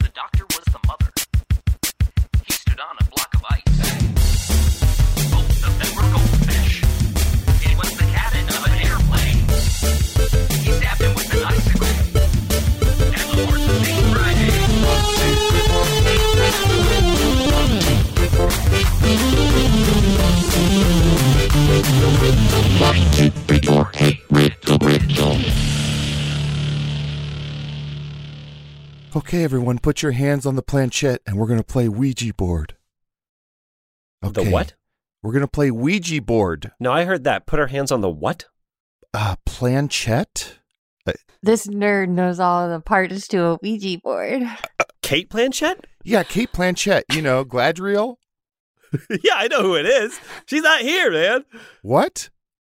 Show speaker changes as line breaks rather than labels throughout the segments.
The doctor was the mother. He stood on a block of ice. Both of them were goldfish. It was the cabin of an airplane. He stabbed him with an icicle. And the horse was named Friday.
Okay, everyone, put your hands on the planchette and we're going to play Ouija board.
The what?
We're going to play Ouija board.
No, I heard that. Put our hands on the what?
Uh, planchette?
This nerd knows all the parts to a Ouija board.
Kate Planchette?
Yeah, Kate Planchette, you know, Gladriel.
yeah, I know who it is. She's not here, man.
What?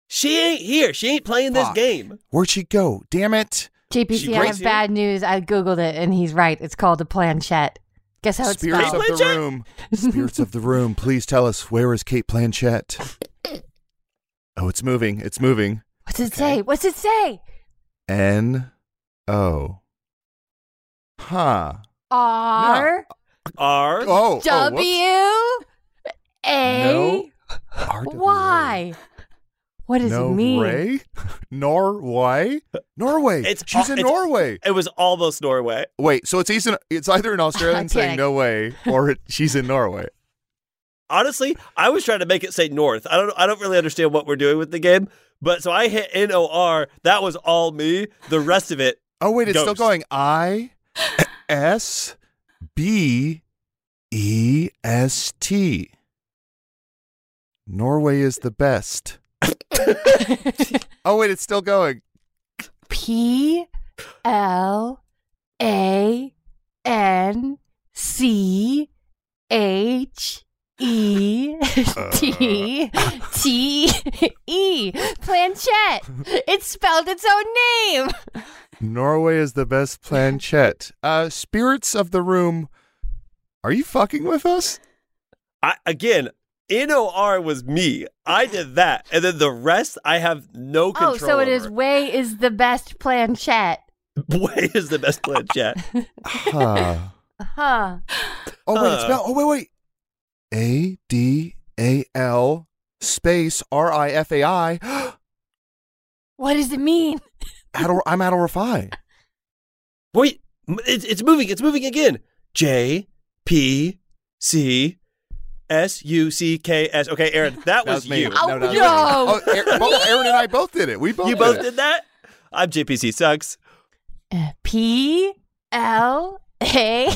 She ain't here. She ain't playing this
Fuck.
game.
Where'd she go? Damn it.
She
JPC, I
breaks
have
you?
bad news. I Googled it and he's right. It's called a planchette. Guess how it's
Spirits
spelled?
of the
Planchette?
room. Spirits of the room, please tell us where is Kate Planchette? Oh, it's moving. It's moving.
What's it
Okay.
say? What's it say?
N O. Huh.
R
R.
Oh, oh whoops.
W A
No. R W A.
Y. What does it mean?
Norway? Norway? Norway.
It's-
She's in
it's-
Norway.
It was almost Norway.
Wait, so it's either, it's either an Australian
Titanic.
saying no way or it, she's in Norway.
Honestly, I was trying to make it say North. I don't. I don't really understand what we're doing with the game. But so I hit N O R. That was all me. The rest of it.
Oh, wait, it's still
Ghost.
going. I S B E S T. Norway is the best. oh, wait, it's still going.
P L A N C H E T T E Planchette. It spelled its own name.
Norway is the best planchette. Uh, spirits of the room, are you fucking with us?
I again. N O R was me. I did that, and then the rest I have no control.
Oh, so it is.
over.
Way is the best planchette.
Way is the best plan chat.
Huh.
Huh.
Oh wait, it's
Huh.
spelled. Oh wait, wait. A D A L space R I F A I.
What does it mean?
Adel- I'm Adel Rafi.
Wait, m- it's, it's moving. It's moving again. J P C S U C K S. Okay, Aaron, that, was, you.
Oh,
that was me.
no.
Oh, Aaron, both, Aaron and I both did it. We both.
You
did
both
it.
did that. I'm JPC sucks.
Uh, P L A E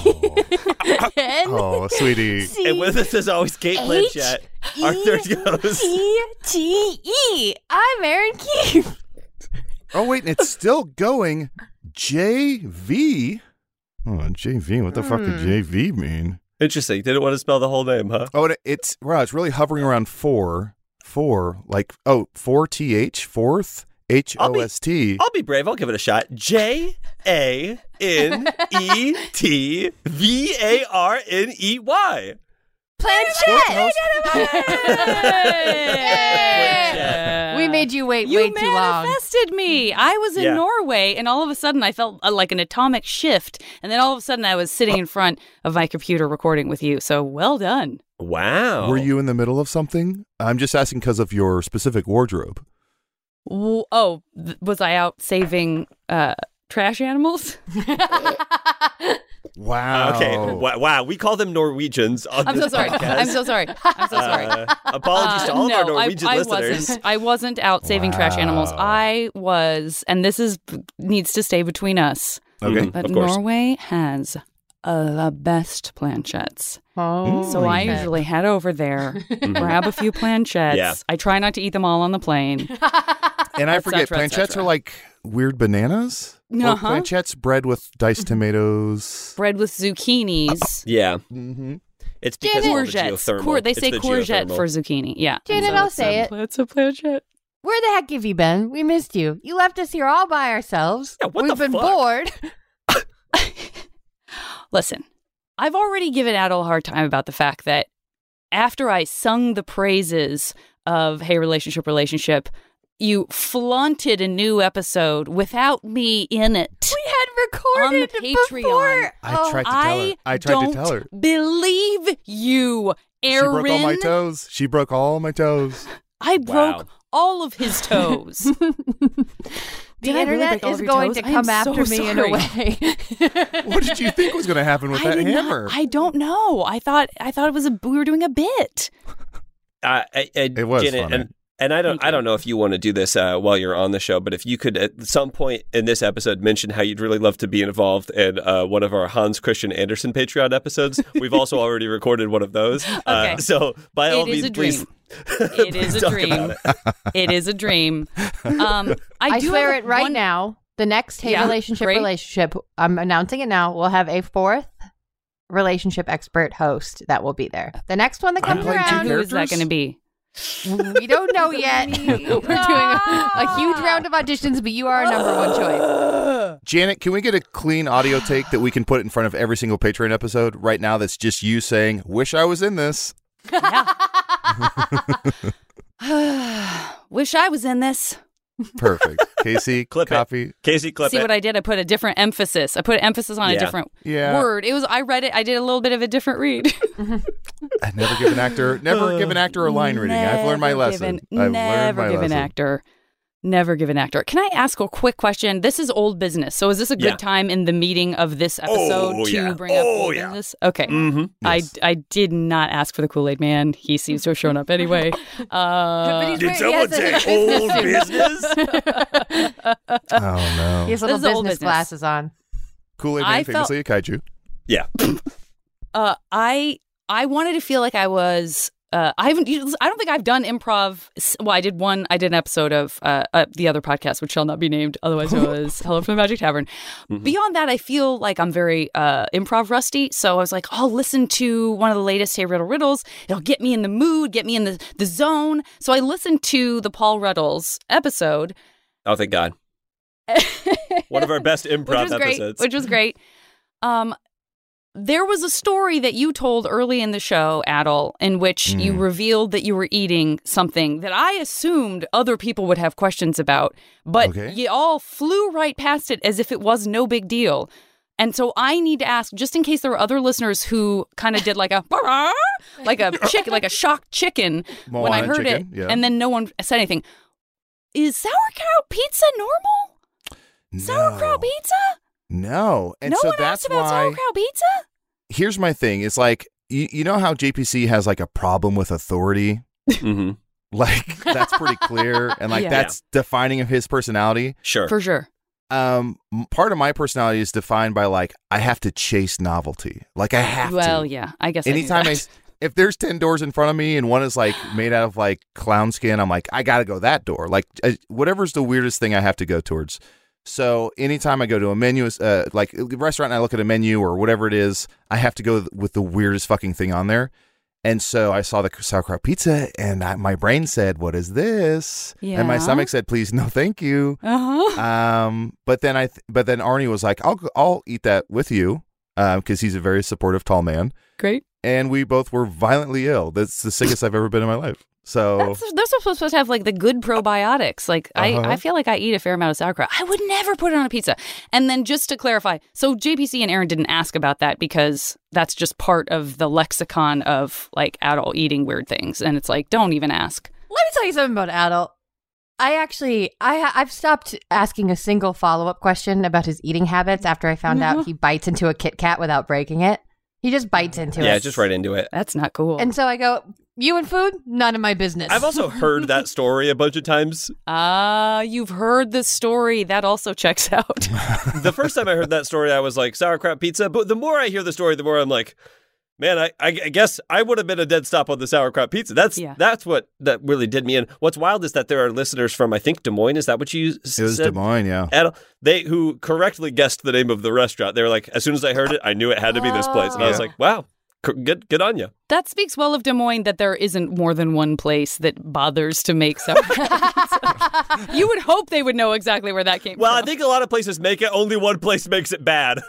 N
Oh, sweetie.
C
And with us is Oh, always Kate
H
Blanchett.
E
Arthur goes.
T T E. I'm Aaron Keefe.
Oh wait, and it's still going. J V. Oh, J V. What the fuck did J V mean?
Interesting. Didn't want to spell the whole name, huh?
Oh, and it's wow, it's really hovering around four, four, like oh, four T H, fourth H
I'll
O
be- Oh,
S T.
I'll be brave. I'll give it a shot. J A N E T V A R N E Y.
Planchette.
Planchette.
we made you wait
You
way too long.
manifested me. I was in
Yeah.
Norway, and all of a sudden, I felt uh, like an atomic shift. And then all of a sudden, I was sitting in front of my computer recording with you. So well done.
Wow.
Were you in the middle of something? I'm just asking because of your specific wardrobe.
W- oh, th- was I out saving uh, trash animals?
Wow.
Okay. Wa- Wow. We call them Norwegians on
I'm so
this
sorry.
podcast.
I'm so sorry. I'm so sorry.
Uh, apologies to all
Uh,
of our
no, I-
Norwegian
I,
listeners.
Wasn't, I wasn't out saving trash animals.
Wow.
I was, and this is needs to stay between us.
Okay.
Mhm.
But
Of course.
Norway has uh, the best planchettes.
oh,
So I usually head over there, grab a few planchettes.
Mm-hmm. Yeah.
I try not to eat them all on the plane.
And I
Mm-hmm. Et
forget,
cetera, et
planchettes are
cetera.
like weird bananas? Or
Uh-huh. Mm-hmm.
Planchettes bread with diced tomatoes.
bread with zucchinis.
Yeah.
Mm-hmm.
It's because all the
Courgettes.
geothermal.
Cour- they
It's
say
the
courgette
geothermal.
for zucchini. Yeah.
Janet, I'll say it.
That's a planchette.
Where the heck have you been? We missed you. You left us here all by ourselves.
Yeah, what
We've
the
been
fuck?
bored.
Listen, I've already given Adel a hard time about the fact that after I sung the praises of Hey Relationship Relationship, you flaunted a new episode without me in it.
We had recorded
On the Patreon.
before.
I
oh,
tried to tell her.
I,
I tried
don't
to tell her.
believe you,
She
Aaron.
broke all my toes. She broke all my toes.
I broke
Wow.
all of his toes.
Oh. the
Did I really
internet
break all
is
of your
going
toes?
to
I am
come after
so
me in a
sorry.
way.
what did you think was going to happen with
I
that
did not-
hammer?
I don't know. I thought I thought it was a we were doing a bit.
I, Uh, I, I,
It was
Janet,
funny.
and, and I don't, I don't know if you want to do this uh, while you're on the show, but if you could at some point in this episode mention how you'd really love to be involved in uh, one of our Hans Christian Andersen Patreon episodes, we've also already recorded one of those. Uh,
Okay.
so by all
It is
means,
a
please.
dream. It
please
is a
talk
dream.
about it.
It is a dream. Um, I,
I,
do
swear
have
it right
one-
now. The next hey
Yeah,
relationship
great.
relationship. I'm announcing it now. We'll have a fourth relationship expert host that will be there. The next one that
I'm
comes
playing two
around,
Who is that
characters?
going to be?
we don't know yet. Ah. We're doing a, a huge round of auditions, but you are our number one choice.
Janet, can we get a clean audio take that we can put in front of every single Patreon episode right now that's just you saying, Wish I was in this?
Wish I was in this.
Perfect. Casey,
Clip it.
copy.
Casey, clip
See
it.
what I did? I put a different emphasis. I put emphasis on
Yeah.
a different
Yeah.
word. It was I read it. I did a little bit of a different read.
I never give an actor, never give an actor a line reading. I've learned my
Never give
lesson. I've
an-
learned
never
my
give
lesson.
an actor. Never give an actor. Can I ask a quick question? This is old business. So is this a good
Yeah.
time in the meeting of this episode
Oh,
to
yeah.
bring up
Oh,
old
yeah.
business? Okay.
mm-hmm.
I,
Yes.
I did not ask for the Kool Aid Man. He seems to have shown up anyway.
But
Uh,
he's wearing- he has a-
business?
Oh, no.
He has little
This is old
business,
business.
glasses on.
Kool Aid
I
Man,
felt-
famously a kaiju.
yeah.
uh, I I wanted to feel like I was. Uh, I haven't. you- I don't think I've done improv. s- Well, I did one. I did an episode of uh, uh, the other podcast, which shall not be named. Otherwise, it was Hello from the Magic Tavern. Beyond that, I feel like I'm very uh, improv rusty. So I was like, I'll listen to one of the latest Hey Riddle Riddles. It'll get me in the mood, get me in the, the zone. So I listened to the Paul Ruddles episode,
Oh, thank God. One of our best improv
which was
episodes.
great. Which was great. Um, there was a story that you told early in the show, Adel, in which you
Mm.
revealed that you were eating something that I assumed other people would have questions about, but
Okay.
you all flew right past it as if it was no big deal. And so I need to ask, just in case there were other listeners who kind of did like a "Bah-rah," like a chicken, like a shocked chicken when I
Moana
heard
chicken,
it,
yeah.
and then no one said anything. Is sauerkraut pizza normal? Sauerkraut
no.
pizza?
No. And
no
so
one
that's
asked about
why.
sauerkraut pizza.
Here's my thing it's like, you, you know how JPC has like a problem with authority?
hmm
Like, that's pretty clear. And like,
Yeah.
that's defining of his personality.
Sure.
For sure.
um m- part of my personality is defined by like I have to chase novelty. Like I have
Well,
to.
yeah, I guess.
Anytime I
I,
s if there's 10 doors in front of me and one is like made out of like clown skin, I'm like I got to go that door. Like I, whatever's the weirdest thing I have to go towards. So anytime I go to a menu uh, like a restaurant and I look at a menu or whatever it is, I have to go with the weirdest fucking thing on there. And so I saw the sauerkraut pizza and I, my brain said, "What is this?" And my
Yeah.
stomach said, "Please no, thank you."
uh
um, but then I, th- but then Arnie was like, "I'll, I'll eat that with you," because he's a very supportive tall man,
Great.
and we both were violently ill. That's the sickest I've ever been in my life. So
That's, they're supposed supposed to have like the good probiotics. Like
Uh-huh.
I, I feel like I eat a fair amount of sauerkraut. I would never put it on a pizza. And then just to clarify, so JPC and Aaron didn't ask about that because that's just part of the lexicon of like adult eating weird things, and it's like don't even ask.
Let me tell you something about adult. I actually, I I've stopped asking a single follow up question about his eating habits after I found out he bites into a Kit Kat without breaking it. He just bites into it.
Yeah, just right into it.
That's not cool.
And so I go, you and food, none of my business.
I've also heard that story a bunch of times.
Ah, you've heard the story. That also checks out.
The first time I heard that story, I was like, sauerkraut pizza. But the more I hear the story, the more I'm like, Man, I, I I guess I would have been a dead stop on the sauerkraut pizza. That's
Yeah.
that's what that really did me in. What's wild is that there are listeners from I think Des Moines. Is that what you s-
It was
said?
Des Moines, yeah.
At- they who correctly guessed the name of the restaurant. They were like, as soon as I heard it, I knew it had to be this place, and I was
Oh.
like, wow, c- good good on you.
That speaks well of Des Moines that there isn't more than one place that bothers to make sauerkraut. pizza. you would hope they would know exactly where that came
Well, I
from.
think a lot of places make it. Only one place makes it bad.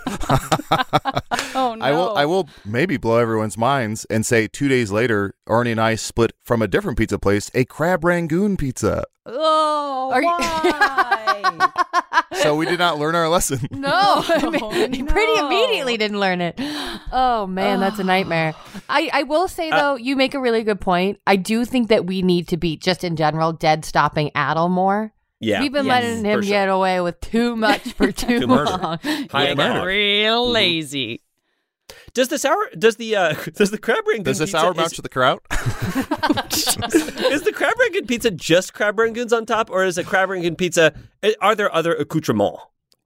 oh no.
I will. I will maybe blow everyone's minds and say two days later, Arnie and I split from a different pizza place, a crab rangoon pizza.
Oh,
Are you-
why?
So we did not learn our lesson.
No, I mean,
Oh,
you pretty
no.
immediately didn't learn it. Oh man, that's a nightmare. I, I will say though, you make a really good point. I do think that we need to be just in general dead stopping Adel more.
Yeah,
We've been
Yes.
letting
For
him
sure.
get away with too much for too,
To murder.
long.
High
You
and
got
hard.
real lazy.
Does the sour? Does the uh, does the crab rangoon?
Does the
pizza-
sour
is-
match the kraut?
Is the crab rangoon pizza just crab rangoons on top, or is a crab rangoon pizza? eh, Are there other accoutrements?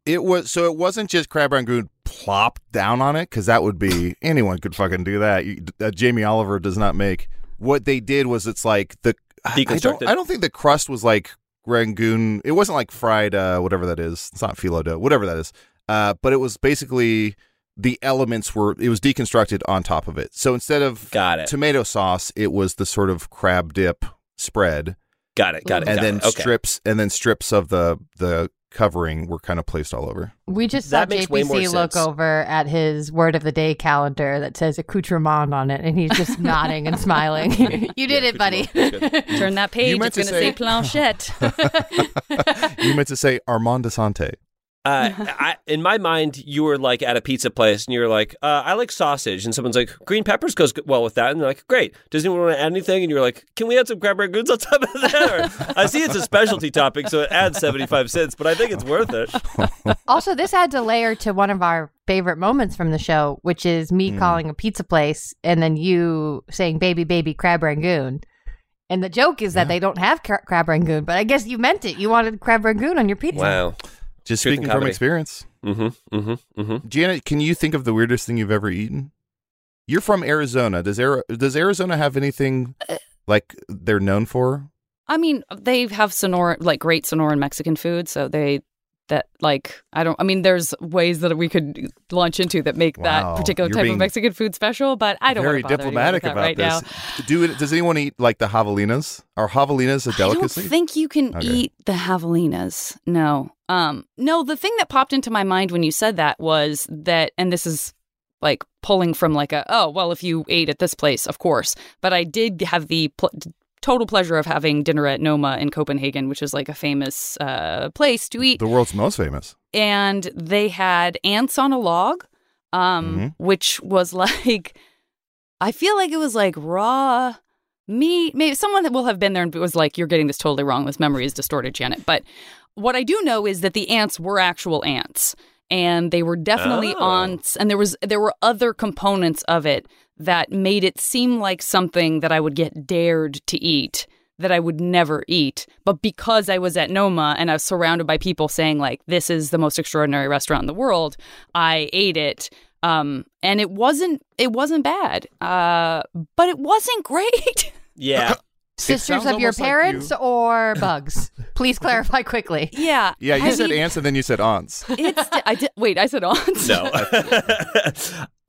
It was so it wasn't just crab rangoon plopped down on it because that would be anyone could fucking do that. You, uh, Jamie Oliver does not make. What they did was it's like the I- I don't,
Deconstructed.
I don't think the crust was like rangoon. It wasn't like fried uh, whatever that is. It's not phyllo dough, whatever that is. Uh, but it was basically the elements were it was deconstructed on top of it. So instead of
Got it.
tomato sauce, it was the sort of crab dip spread,
Got it. Got it.
and
got
then
it. Okay.
strips and then strips of the the covering were kind of placed all over.
We just
That
saw
makes way more
JPC look
sense.
over at his word of the day calendar that says accoutrement on it, and he's just nodding and smiling. you did it, buddy.
Turn that page.
meant
It's
to
going to
say-
say planchette.
you meant to say Armand Desante.
Uh, I, in my mind, you were like at a pizza place, and you were like, uh, "I like sausage," and someone's like, "Green peppers goes g- well with that," and they're like, "Great." Does anyone want to add anything? And you're like, "Can we add some crab rangoons on top of that?" Or, I see it's a specialty topping, so it adds seventy five cents, but I think it's worth it.
Also, this adds a layer to one of our favorite moments from the show, which is me calling a pizza place and then you saying "baby, baby, crab rangoon." And the joke is that they don't have cra- crab rangoon, but I guess you meant it. You wanted crab rangoon on your pizza.
Wow.
Just
Truth and
speaking from
comedy.
experience.
Mm-hmm. Mm-hmm. Mm-hmm.
Janet, can you think of the weirdest thing you've ever eaten? You're from Arizona. Does Ari- does Arizona have anything
Uh,
like they're known for?
I mean, they have Sonora, like great Sonoran Mexican food. So they, that like, I don't, I mean, there's ways that we could launch into that make
Wow,
that particular
you're
type
being
of Mexican food special, but I don't
Very
want to bother anyone with
diplomatic
that
about
right
this.
now.
Do it, does anyone eat like the javelinas? Are javelinas a delicacy?
I don't think you can
Okay.
eat the javelinas. No. Um, no, the thing that popped into my mind when you said that was that, and this is like pulling from like a, oh, well, if you ate at this place, of course. But I did have the pl- total pleasure of having dinner at Noma in Copenhagen, which is like a famous uh, place to eat
the world's most famous.
and they had ants on a log, um,
Mhm.
which was like, I feel like it was like raw meat. Maybe someone that will have been there and was like, "You're getting this totally wrong. This memory is distorted, Janet." But what I do know is that the ants were actual ants, and they were definitely
Oh.
ants. And there was there were other components of it that made it seem like something that I would get dared to eat that I would never eat. But because I was at Noma and I was surrounded by people saying like this is the most extraordinary restaurant in the world, I ate it. Um, and it wasn't it wasn't bad. Uh, but it wasn't great.
Yeah.
Sisters
sounds
of your
almost like
parents
you-
or bugs? Please clarify quickly.
yeah.
Yeah, you
I
said
mean,
ants and then you said aunts.
It's I did, wait, I said aunts.
No.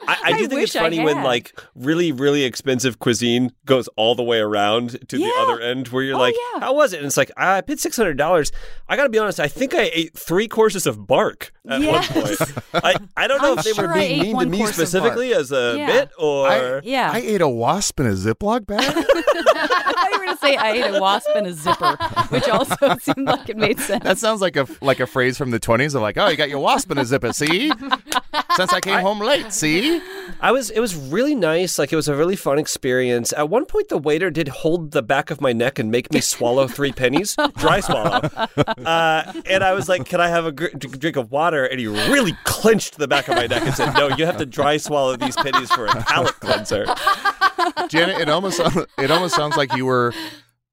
I, I do
I
think it's
wish I
funny when
had.
like really, really expensive cuisine goes all the way around to
Yeah.
the other end where you're
Oh,
like,
yeah.
how was it? And it's like, I paid six hundred dollars. I gotta be honest, I think I ate three courses of bark at
Yes.
one point. I, I don't know
I'm
if they
sure
were
I
being
ate
mean to
one
me
course of bark.
specifically as a
Yeah.
bit or
Yeah.
I ate a wasp in a Ziploc bag.
I thought you were gonna say I ate a wasp in a zipper, which also seemed like it made sense.
That sounds like a like a phrase from the twenties of like, oh, you got your wasp in a zipper, see? Since I came home late, see?
I was it was really nice. Like it was a really fun experience. At one point the waiter did hold the back of my neck and make me swallow three pennies, dry swallow. Uh, and I was like, "Can I have a gr- dr- drink of water?" And he really clenched the back of my neck and said, "No, you have to dry swallow these pennies for a palate cleanser."
Janet, it almost it almost sounds like you were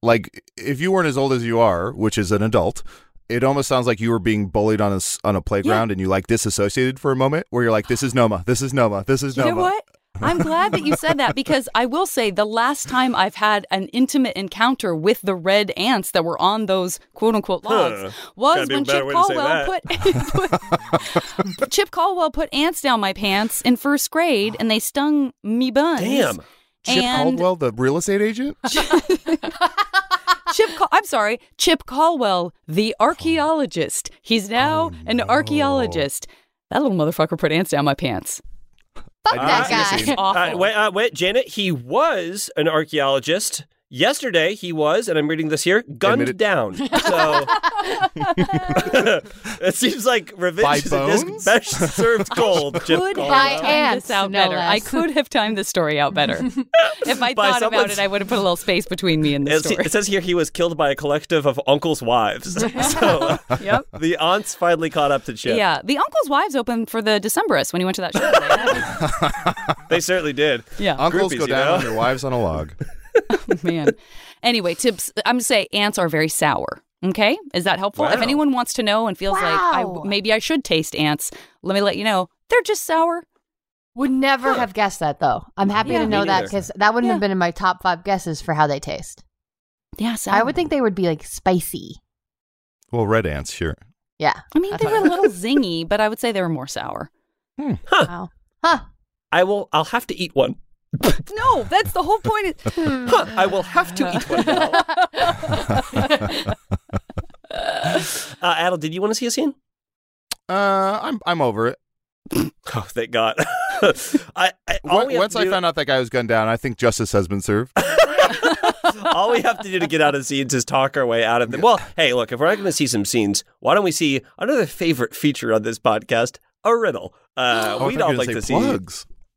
like if you weren't as old as you are, which is an adult. It almost sounds like you were being bullied on a s- on a playground, and you like disassociated for a moment, where you're like, "This is Noma, this is Noma, this is
You
Noma."
know what? I'm glad that you said that because I will say the last time I've had an intimate encounter with the red ants that were on those quote unquote logs
Huh. Gotta
was
be a
when
better
Chip
way to say
Caldwell put, put Chip Caldwell put ants down my pants in first grade and they stung me buns.
Damn.
Chip
and
Caldwell, the real estate agent.
Chip, Cal- I'm sorry, Chip Caldwell, the archaeologist. He's
Oh,
now an archaeologist. That little motherfucker put ants down my pants.
Fuck
I
that
didn't see
guy.
this
Awful.
Uh, wait, uh, wait, Janet, he was an archaeologist. Yesterday, he was, and I'm reading this here, gunned
Admitted-
down. So it seems like
By
revenge is a dish
bones?
best served cold. Chip
could
Caldwell.
By
have timed
ants,
this out
no
better. I
less.
could have timed this story out better. if I
By
thought about
someone's-
it, I would have put a little space between me and the
It, se-
story.
it says here he was killed by a collective of uncles' wives. so uh,
yep.
the aunts finally caught up to Chip.
Yeah, the uncle's wives opened for the Decemberists when he went to that show. That was-
They certainly did.
yeah,
Uncles
Groupies,
go
you
down
know?
on your wives on a log.
man. Anyway, tips. I'm gonna say ants are very sour. Okay, is that helpful? If
Wow.
anyone wants to know and feels
Wow.
like I, maybe I should taste ants, let me let you know they're just sour.
Would never have guessed that though. I'm happy
Yeah,
to
me
know that
neither.
because that wouldn't
Yeah.
have been in my top five guesses for how they taste.
Yeah, sour.
I would think they would be like spicy.
Well, red ants, sure.
Yeah.
I mean,
That's
they
what
were a little zingy, but I would say they were more sour.
Wow. Huh.
I will. I'll have to eat one.
No, that's the whole point.
Huh, I will have to eat one. Now. Uh, Adel, did you want to see a scene?
Uh, I'm I'm over it.
Oh, thank God. I, I, all
Once-
we have
once
to
I
do-
found out that guy was gunned down, I think justice has been served.
All we have to do to get out of scenes is talk our way out of them. Well, hey, look, if we're not going to see some scenes, why don't we see another favorite feature on this podcast, a riddle? Uh,
Oh, I
we'd
thought you
all
were
like
gonna
to
say
see.
plugs.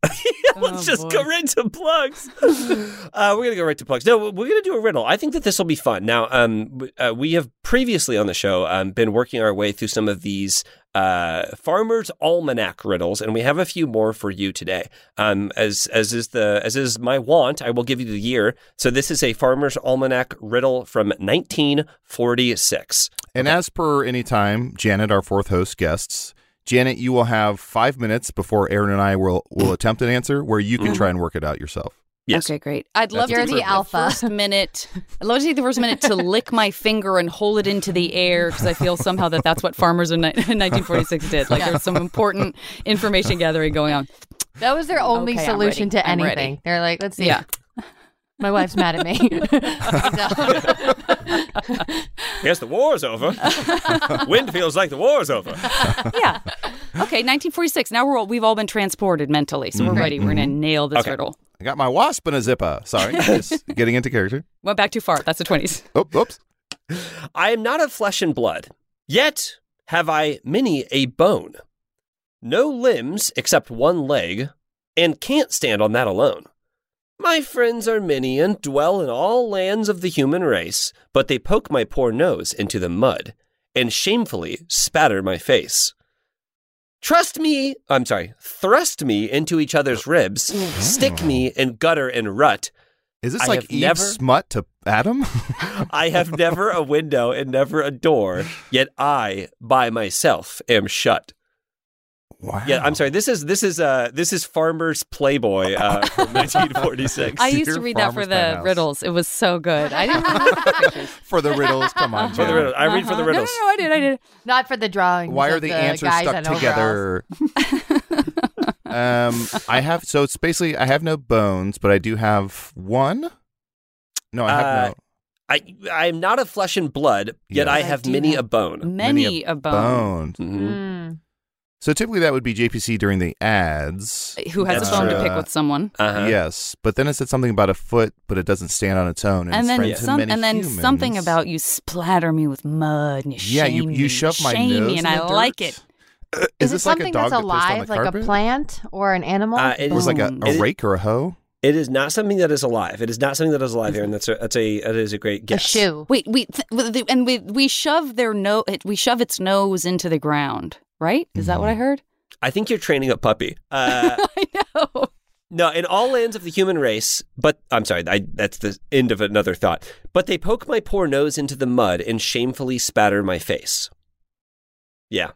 Let's
Oh,
just
boy.
go right to plugs. uh, we're going to go right to plugs. No, we're going to do a riddle. I think that this will be fun. Now, um, w- uh, we have previously on the show um, been working our way through some of these uh, farmers' almanac riddles, and we have a few more for you today. Um, as as is the as is my want, I will give you the year. So this is a farmers' almanac riddle from 1946.
And as per any time, Janet, our fourth host, guests. Janet, you will have five minutes before Aaron and I will will attempt an answer where you
Mm-hmm.
can try and work it out yourself.
Yes.
Okay, great. I'd love
You're
to
the
take
alpha.
first minute. I'd love to take the first minute to lick my finger and hold it into the air because I feel somehow that that's what farmers in, ni- in 1946 did. Like there's some important information gathering going on.
That was their only
Okay, I'm
solution
ready.
to
I'm ready.
anything. They're like, let's see.
Yeah.
My wife's mad at me. So-
Yes, the war's over. Wind feels like the war's over.
Yeah. Okay, 1946. Now we're all, we've all been transported mentally, so we're ready. We're going to nail this
Mm-hmm. Okay.
riddle.
I got my wasp in a zipper. Sorry, just getting into character.
Went back too far. That's the 20s.
Oh, oops.
I am not of flesh and blood, yet have I many a bone. No limbs except one leg, and can't stand on that alone. My friends are many and dwell in all lands of the human race, but they poke my poor nose into the mud and shamefully spatter my face. Trust me, I'm sorry, thrust me into each other's ribs, stick me in gutter and rut,
Is this
I
like
have
Eve
never-
smut to Adam?
I have never a window and never a door, yet I by myself am shut.
wow.
Yeah, I'm sorry. This is this is uh this is Farmer's Playboy uh, from 1946.
I used to
Dear
read that for
Farmer's
the
Penthouse.
riddles. It was so good. I didn't really look at the pictures.
For the riddles, come on,
For the riddles.
Janet.
I read for the
Uh-huh.
riddles.
No, no, no, I did. I did.
Not for the drawing.
Why are the, answers stuck together? um, I have so it's basically I have no bones, but I do have one. No, I have
Uh,
no
I I am not of flesh and blood, yet
Yes.
I
I
have
do
many a
have-
bone.
Many,
a
a bone.
bones.
Mm.
Mhm.
Hmm.
So typically that would be JPC during the ads.
Who has
That's
a bone
true.
to pick with someone.
Uh-huh.
Yes, but then it said something about a foot, but it doesn't stand on its own. And,
and
it's
then
friends with
some,
many
and then something
humans.
about you splatter me with mud and you
yeah,
shame
you
me,
you shove my
shame
nose
me,
in
and I
the
like
dirt?
it.
Uh,
Is,
Is,
it
this like
something
a
that's
dog that pissed on
alive,
the
like a
carpet?
plant or an animal?
Uh,
It
it
was like a,
Bones.
a rake or a hoe.
It is not something that is alive. It is not something that is alive here, and that's a that's a that is a great
a
guess.
shoe.
Wait, we th- with the- and we we shove their no, it, we shove its nose into the ground. Right? Is that what I
Mm-hmm.
heard?
I think you're training a puppy. Uh,
I know.
No, in all lands of the human race, but I'm sorry, I, that's the end of another thought. But they poke my poor nose into the mud and shamefully spatter my face. Yeah.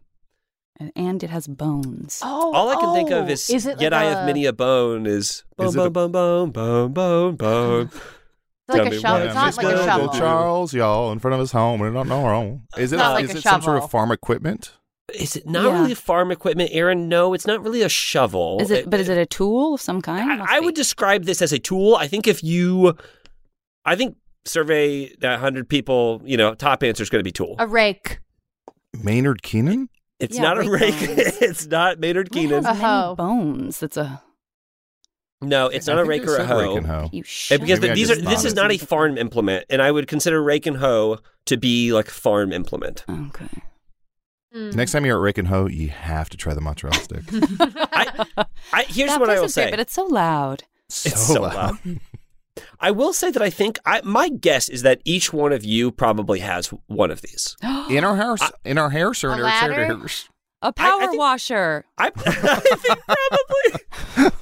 and and it has bones.
Oh,
All I can think of
oh,
is,
it like
yet I have many a bone is bone,
Is it
bone,
a-
bone, bone, bone, bone, bone.
like a
dummy
shovel.
one?
It's
Yeah,
not
just
like a
go,
shovel.
go,
Charles, y'all, in front of his home. We don't know our own. Is it,
Not like
is
a
it some sort
shovel.
of farm equipment?
Is it not
Yeah.
really farm equipment, Aaron? No, it's not really a shovel.
Is it? But is it a tool of some kind? Must
Oh, I, I
be.
would describe this as a tool. I think if you, I think survey hundred people, you know, top answer is going to be tool.
A rake.
Maynard Keenan?
It's
Yeah,
not a rake.
rake bones.
it's not Maynard
Mine has
Keenan.
A
many
hoe.
bones. That's a
No, it's
I
not a
think
rake
they
or a
said rake and
hoe.
hoe.
you
Eh,
shut
Because
Maybe
the-
I
these are
just
this
thought
is
it.
not a farm implement, and I would consider rake and hoe to be like farm implement.
Okay.
Hmm.
Next time you're at Rake and Hoe, you have to try the Montreal stick.
I, I, here's
That
what I will
person's great,
say.
but it's so loud.
It's so
uh,
loud. I will say that I think I, my guess is that each one of you probably has one of these.
In our hair, in our hair, sir,
A
in our hair,
ladder?
sir, sir.
A power
think-
washer.
I, I think probably.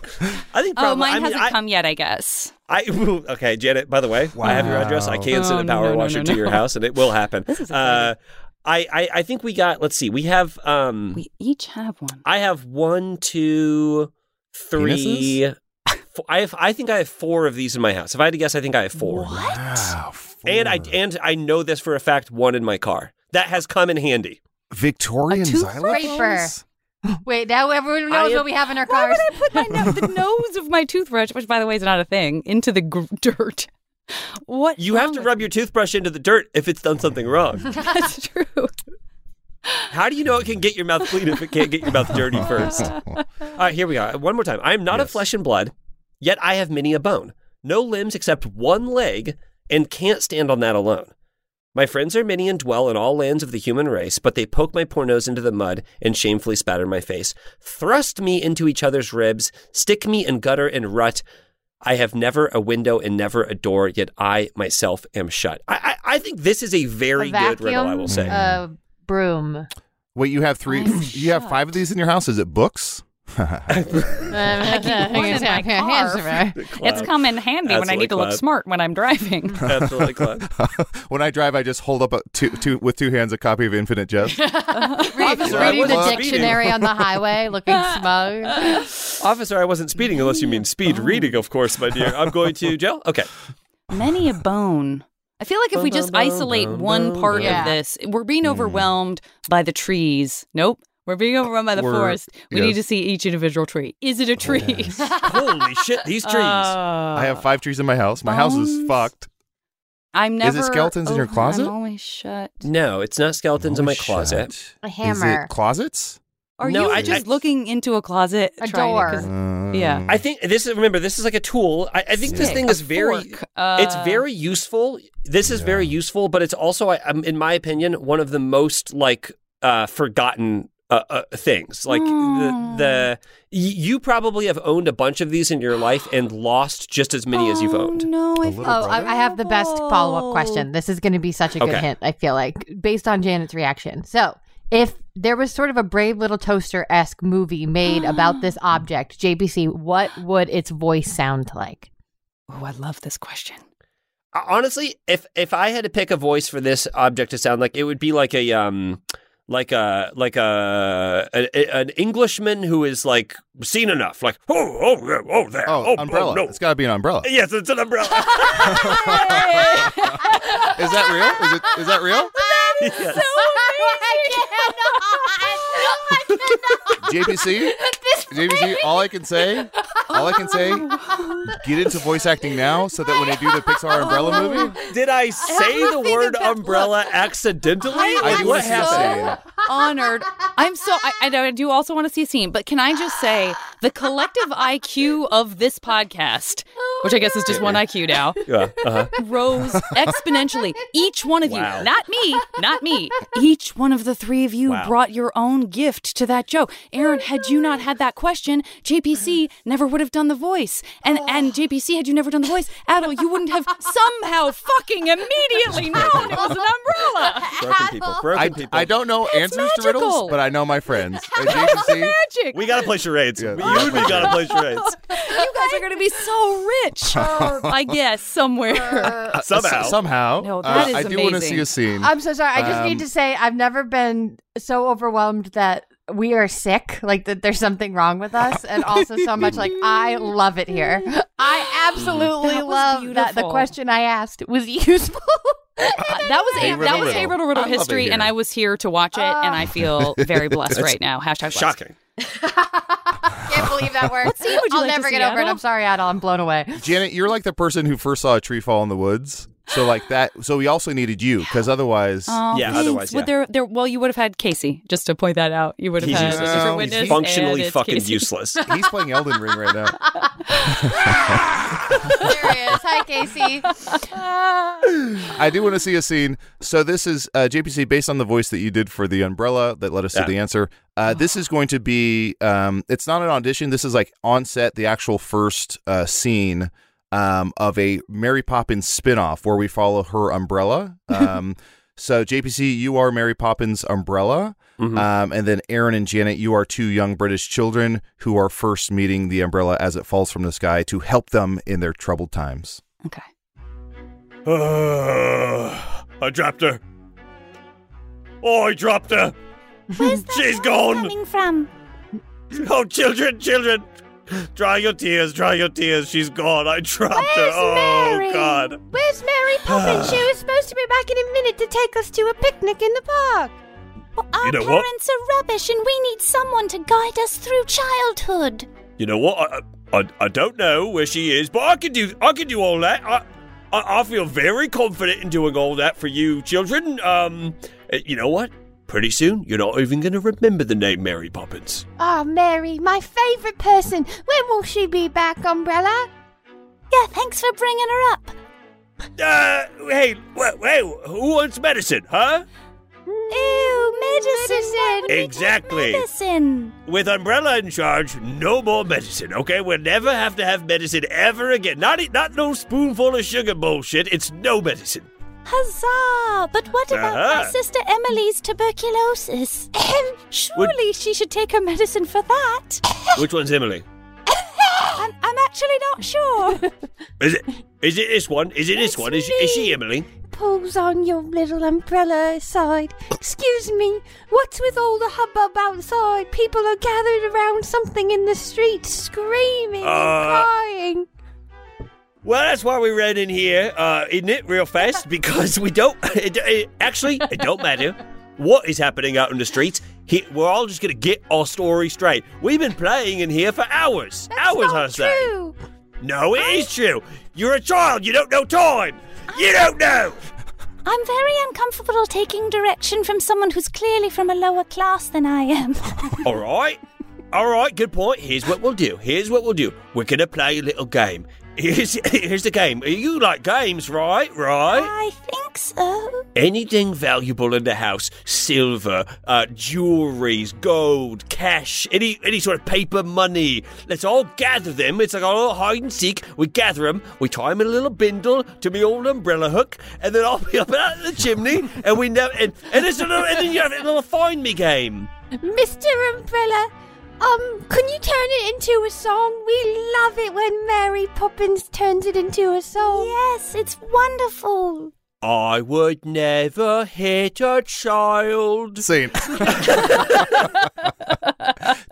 I think probably.
Oh, mine
I mean,
hasn't
I-
come yet. I guess
I ooh, okay, Janet. By the way, I have your
Wow.
address. I can send
Oh,
a power
no, no,
washer
no,
to
no.
your house, and it will happen.
This is
uh, I, I I think we got. Let's see. We have. Um,
we each have one.
I have one, two, three. Four, I have. I think I have four of these in my house. If I had to guess, I think I have four.
Wow, four.
And I and I know this for a fact. One in my car that has come in handy.
Victorian
A tooth
xylophones.
Wait, now everyone knows
I-
what we have in our
Why
cars.
would I put my no- the nose of my toothbrush, which by the way is not a thing, into the gr- dirt? What
You have to rub your toothbrush into the dirt if it's done something wrong.
That's true.
How do you know it can get your mouth clean if it can't get your mouth dirty first? All right, here we are. One more time. I am not of
Yes.
flesh and blood, yet I have many a bone. No limbs except one leg, and can't stand on that alone. My friends are many and dwell in all lands of the human race, but they poke my poor nose into the mud and shamefully spatter my face, thrust me into each other's ribs, stick me in gutter and rut. I have never a window and never a door, yet I myself am shut. I, I, I think this is a very
a
good
vacuum,
riddle, I will say.
A broom.
Wait, you have three?
I'm
You have five of these in your house? Is it books?
I
keep one in my car. It's come in handy when I
Absolutely,
need to look
Clive.
smart when I'm driving.
Absolutely, Clive.
when I drive, I just hold up a two, two, with two hands a copy of Infinite Jest.
just
I
reading the
wasn't
dictionary on the highway, looking smug.
Officer, I wasn't speeding unless you mean speed reading, of course, my dear. I'm going to jail. Okay.
Many a bone. I feel like if we just
Bone, bone,
isolate
bone, bone,
one part
bone.
of this, we're being overwhelmed by the trees. Nope. We're being overwhelmed by the
We're-
forest. We need
yes.
to see each individual tree. Is it a tree?
Holy shit, these trees.
I have five trees in my house. My house is
Bones?
fucked.
I'm
Is it
never.
skeletons in your
over-
closet?
I'm always shut.
no, it's not skeletons in my
Holy
closet.
shit.
A
Is
hammer.
it closets?
Are
No,
you
I-
just
I-
looking into a closet?
A
trying to-
door.
'cause-
Um,
Yeah.
I think this is remember, this is like a tool. I, I think this
Stick,
thing
a
is very
fork, uh,
it's very useful. This is very useful, but it's also I, um, in my opinion one of the most like uh forgotten uh, uh, things like the, the
Hmm.
y- you probably have owned a bunch of these in your life and lost just as many as you've
Oh,
owned.
No, I
A
feel
little
Oh, I, I have the best follow up
Oh.
terrible.
question. This is going to be such a good
Okay.
hint, I feel like, based on Janet's reaction. So, if there was sort of a Brave Little Toaster esque movie made about this object, JBC, what would its voice sound like?
Oh, I love this question.
honestly if if i had to pick a voice for this object to sound like it would be like a um like a like a, a an englishman who is like seen enough like oh oh yeah, oh there
Oh,
oh,
umbrella.
oh, no
It's got to be an umbrella.
yes it's an umbrella
Is that real? Is it? Is that real?
Yes.
I cannot.
JPC, JPC. All I can say, all I can say, get into voice acting now, so that when they do the Pixar
Oh.
Umbrella movie,
did i say the
nothing
word
about-
umbrella accidentally
I
like
am
what
so-
happened
Honored. I'm so. I, I know I do also want to see a scene, but can I just say the collective IQ of this podcast, which I guess is just one IQ now,
yeah, uh-huh.
rose exponentially. Each one of
Wow.
you, not me, not me. Each one of the three of you
Wow.
brought your own gift to that joke. Aaron, had you not had that question, JPC never would have done the voice. And and JPC, had you never done the voice, Adel, you wouldn't have somehow fucking immediately known it was an umbrella.
broken people broken
I,
people
I don't know answers to
magical.
riddles, but I know my friends. And JPC,
Magic.
we gotta play charades
Yeah,
you
we gotta
and
play
we gotta play charades
you guys are gonna be so rich. I guess somewhere.
somehow
s- somehow,
No, that
uh,
is
I do want to
amazing.
see a scene.
I'm so sorry. I just
Um,
need to say I've never been so overwhelmed that we are sick, like that there's something wrong with us, and also so much like I love it here. I absolutely
That was
love that. The
beautiful. Uh,
question I asked was useful.
That was
Hey,
a,
Riddle
that was a
Riddle.
Riddle Riddle
I love it
history,
here.
and I was here to watch it, and I feel very blessed right now. Hashtag blessed.
Shocking.
Can't believe that worked.
What scene would you
I'll
like to
never
see,
get over it.
Adol?
I'm sorry, Adol. I'm blown away.
Janet, you're like the person who first saw a tree fall in the woods. So like that. So we also needed you because otherwise,
Oh,
Yeah,
thanks.
otherwise,
Would
yeah.
there, there, well, you would have had Casey. Just to point that out, you would have
He's
had
useless.
a different
No,
witness.
He's
and
Functionally
it's
fucking
Casey.
useless.
he's playing Elden Ring right now.
There he is. Hi, Casey.
I do want to see a scene. So this is uh, JPC based on the voice that you did for the umbrella that led us
Yeah.
to the answer. Uh, this is going to be. Um, it's not an audition. This is like on set, the actual first uh, scene um, of a Mary Poppins spinoff where we follow her umbrella. Um, so JPC, you are Mary Poppins' umbrella. Um, and then Aaron and Janet, you are two young British children who are first meeting the umbrella as it falls from the sky to help them in their troubled times.
Okay.
I dropped her. Oh, I dropped her.
Where's that
She's
noise
gone.
coming from?
Oh, children, children. Dry your tears, dry your tears. She's gone. I dropped her.
Where's
Oh,
Mary?
God.
Where's Mary Poppins? she was supposed to be back in a minute to take us to a picnic in the park. Well, our
You know what?
parents are rubbish, and we need someone to guide us through childhood.
You know what? I, I, I don't know where she is, but I can do I can do all that. I, I I feel very confident in doing all that for you children. Um, eh, you know what? Pretty soon, you're not even going to remember the name Mary Poppins.
Ah, Mary, my favourite person. When will she be back, Umbrella? Yeah, thanks for bringing her up.
Uh, hey, wh- hey, who wants medicine, huh?
Ew, medicine. why would we take
Mm, Exactly.
Medicine.
With Umbrella in charge, no more medicine, okay? We'll never have to have medicine ever again. Not e- not no spoonful of sugar bullshit. It's no medicine.
Huzzah! But what about my
Uh-huh.
sister Emily's tuberculosis? Ahem. Surely she should take her medicine for that.
Which one's Emily?
I'm, I'm actually not sure.
Is it is it this one? Is it this
That's
one? Is, is she
me.
Emily?
Pulls on your little umbrella aside. Excuse me, what's with all the hubbub outside? People are gathered around something in the street, screaming and
Uh,
crying.
Well, that's why we ran in here, uh, isn't it? Real fast because we don't. It, it- actually, it don't matter what is happening out in the streets. He, we're all just gonna get our story straight. We've been playing in here for hours,
That's
hours,
not
I say.
true.
No, it is true. You're a child. You don't know time. You don't know.
I'm very uncomfortable taking direction from someone who's clearly from a lower class than I am.
All right. All right, good point. Here's what we'll do. Here's what we'll do. We're going to play a little game. Here's, here's the game. You like games, right? Right?
I think so.
Anything valuable in the house silver, uh, jewelries, gold, cash, any, any sort of paper money. Let's all gather them. It's like a little hide and seek. We gather them, we tie them in a little bindle to me old umbrella hook, and then I'll be up and out of the chimney, and we know. And, and, it's a little, and then you have a little find me game.
Mr. Umbrella, um, can you turn it into a song? We love it when Mary Poppins turns it into a song. Yes, it's wonderful.
I would never hit a child.
Scene.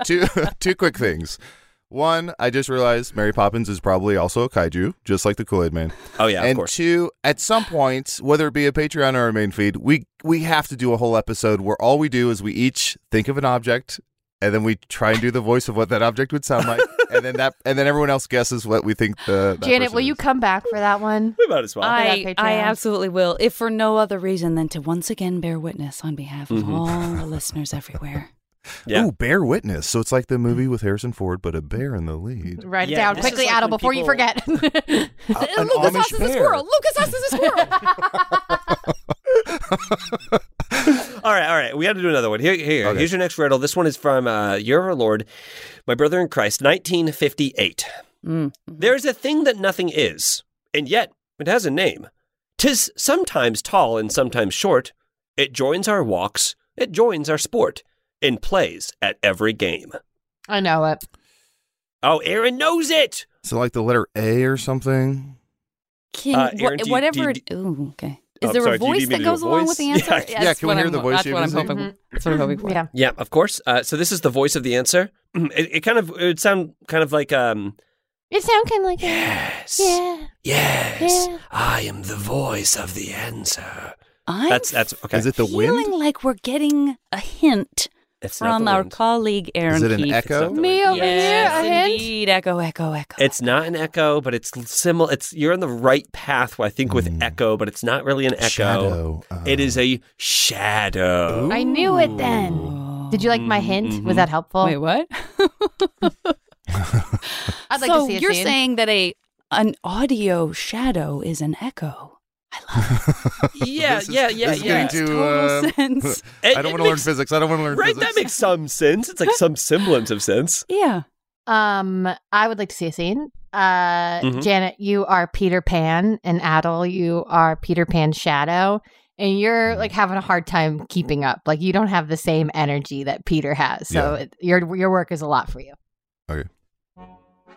two two quick things. One, I just realized Mary Poppins is probably also a kaiju, just like the Kool Aid Man.
Oh yeah,
and
of course.
two, at some point, whether it be a Patreon or a main feed, we we have to do a whole episode where all we do is we each think of an object, and then we try and do the voice of what that object would sound like, and then that and then everyone else guesses what we think the that
Janet,
person
will
is.
you come back for that one?
We might as well.
that
I, I
Patreon.
absolutely will, if for no other reason than to once again bear witness on behalf
Mm-hmm.
of all the listeners everywhere.
yeah.
Ooh, bear witness. So it's like the movie with Harrison Ford, but a bear in the lead.
Write it
Yeah,
down
this is
quickly,
like
Adol,
when
before you
people-
forget.
an
Lucas
Amish
Us is a
bear.
squirrel. Lucas Us is a squirrel.
all right, all right. We got to do another one. Here, here.
Okay.
Here's your next riddle. This one is from uh, Your Lord, my brother in Christ, 1958.
Mm.
There is a thing that nothing is, and yet it has a name. Tis sometimes tall and sometimes short. It joins our walks. It joins our sport, and plays at every game.
I know it.
Oh, Aaron knows it.
So like the letter A or something.
Can,
Uh,
wha-
Aaron, do you-
whatever.
do
it- ooh, okay. Is
Oh,
there
sorry,
a
do you need me
voice
to
that
do a
goes along with
voice?
the answer?
Yeah,
yeah,
that's
can we hear
what I'm-
the voice
That's
you
what I'm
were
hoping. That's what I'm hoping for.
Yeah.
Yeah, of course. Uh, so this is the voice of the answer. It, it kind of it would sound kind of like um
It sounds kind of like a-
yes,
yeah.
yes.
Yeah.
I am the voice of the answer.
I'm
that's that's okay.
Is it the
feeling
wind?
like we're getting a hint
It's not
from
the
our
wind.
colleague Aaron
Is it an
Keefe.
echo?
It's not the
Me
wind.
over
Yes,
here, a hint?
indeed. Echo, echo, echo.
It's not an echo, but it's similar. It's you're on the right path, I think, with echo, but it's not really an echo.
Hmm. Shadow, uh.
it is a shadow.
I knew it then. Did you like my hint?
Mm-hmm.
Was that helpful?
Wait, what?
I'd like
so
to see a
you're
scene.
saying that a an audio shadow is an echo. I love
Yeah,
This is-
yeah, yeah,
this is
yeah.
getting too.
total
uh,
sense.
It-
I don't
it
want to learn
makes-
physics. I don't want to learn
Right,
physics.
that makes some sense. It's like some semblance of sense.
Yeah.
Um, I would like to see a scene. Uh,
Mm-hmm.
Mhm.
Janet, you are Peter Pan, and Adel, you are Peter Pan's shadow, and you're
Mm-hmm.
like having a hard time keeping up. Like you don't have the same energy that Peter has, so
Yeah.
it, your your work is a lot for you.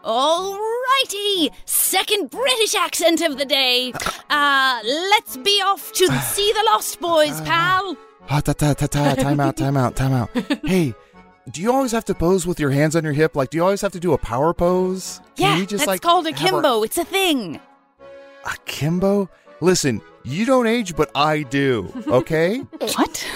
Alrighty! Second British accent of the day. Uh, let's be off to see the Lost
Uh,
Boys, pal.
Ah, ta, ta, ta, ta, time out, time out, time out. Hey, do you always have to pose with your hands on your hip? Like, do you always have to do a power pose? Can
Yeah,
you just,
that's
like,
called a
have our-
kimbo. It's a thing.
Akimbo? Listen, you don't age, but I do, okay?
What?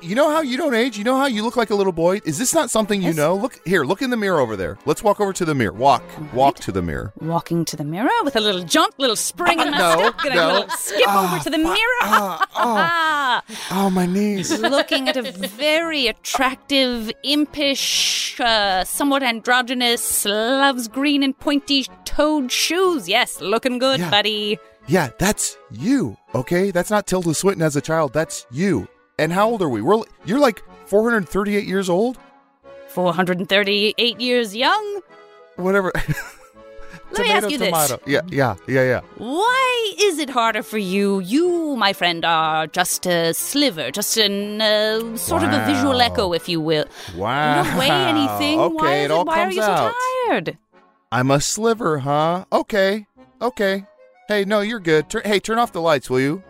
you know how you don't age? You know how you look like a little boy? Is this not something you know? Look here, look in the mirror over there. Let's walk over to the mirror. Walk, walk to the mirror.
Walking to the mirror with a little jump, little spring in my
No,
step, gonna
no.
little skip over to the mirror.
ah, Oh, my knees.
Looking at a very attractive, impish, uh, somewhat androgynous, loves green and pointy toed shoes. Yes, looking good,
Yeah.
buddy.
Yeah, that's you, okay? That's not Tilda Swinton as a child. That's you. And how old are we? We're li- you're like 438 years old,
438 years young.
whatever.
Let me ask you this.
Yeah, yeah, yeah, yeah.
Why is it harder for you? You, my friend, are just a sliver, just an uh, sort of a visual
Wow.
echo, if you will.
Wow.
You don't weigh anything.
Okay,
why is
it all
why
comes
are you
out.
so tired?
I'm a sliver, huh? Okay, okay. Hey, no, you're good. Tur- hey, turn off the lights, will you?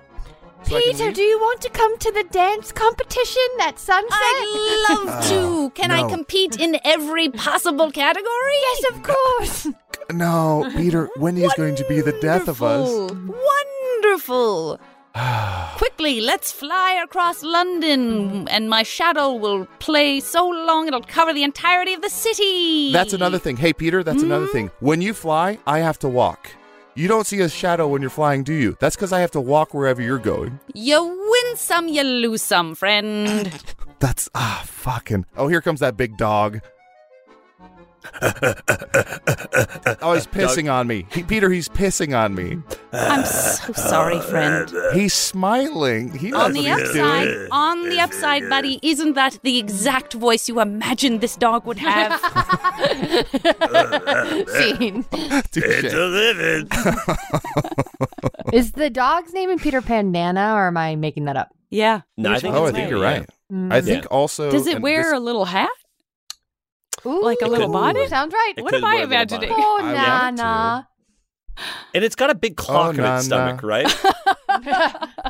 So I can
Peter,
leave?
do you want to come to the dance competition at sunset?
I'd love
Oh,
to. Can
no.
I compete in every possible category?
yes, of course.
No, Peter. Wendy is going to be the death of us.
Wonderful. Wonderful. Quickly, let's fly across London, and my shadow will play so long it'll cover the entirety of the city.
That's another thing. Hey, Peter. That's another
Hmm?
thing. When you fly, I have to walk. You don't see a shadow when you're flying, do you? That's because I have to walk wherever you're going.
You win some, you lose some, friend.
That's ah fucking. Oh, here comes that big dog. oh, he's pissing on me. He, Peter, he's pissing on me.
I'm so sorry, friend.
He's smiling. He knows
On the
what he's doing.
upside, on the upside, buddy, isn't that the exact voice you imagined this dog would have?
Scene.
Touche.
is the dog's name in Peter Pan Nana, or am I making that up?
yeah.
No, I think
Oh, I
it's
think
right,
you're
yeah.
right. I think also.
Mm. Does it
and
wear
this-
a little hat?
Ooh,
Like a little
could-
bonnet?
Sounds right.
It
What
could
am I
wear a little
imagining?
bonnet.
Oh,
I want to.
Nana.
And it's got a big clock
Oh,
in
na, na.
its stomach, right?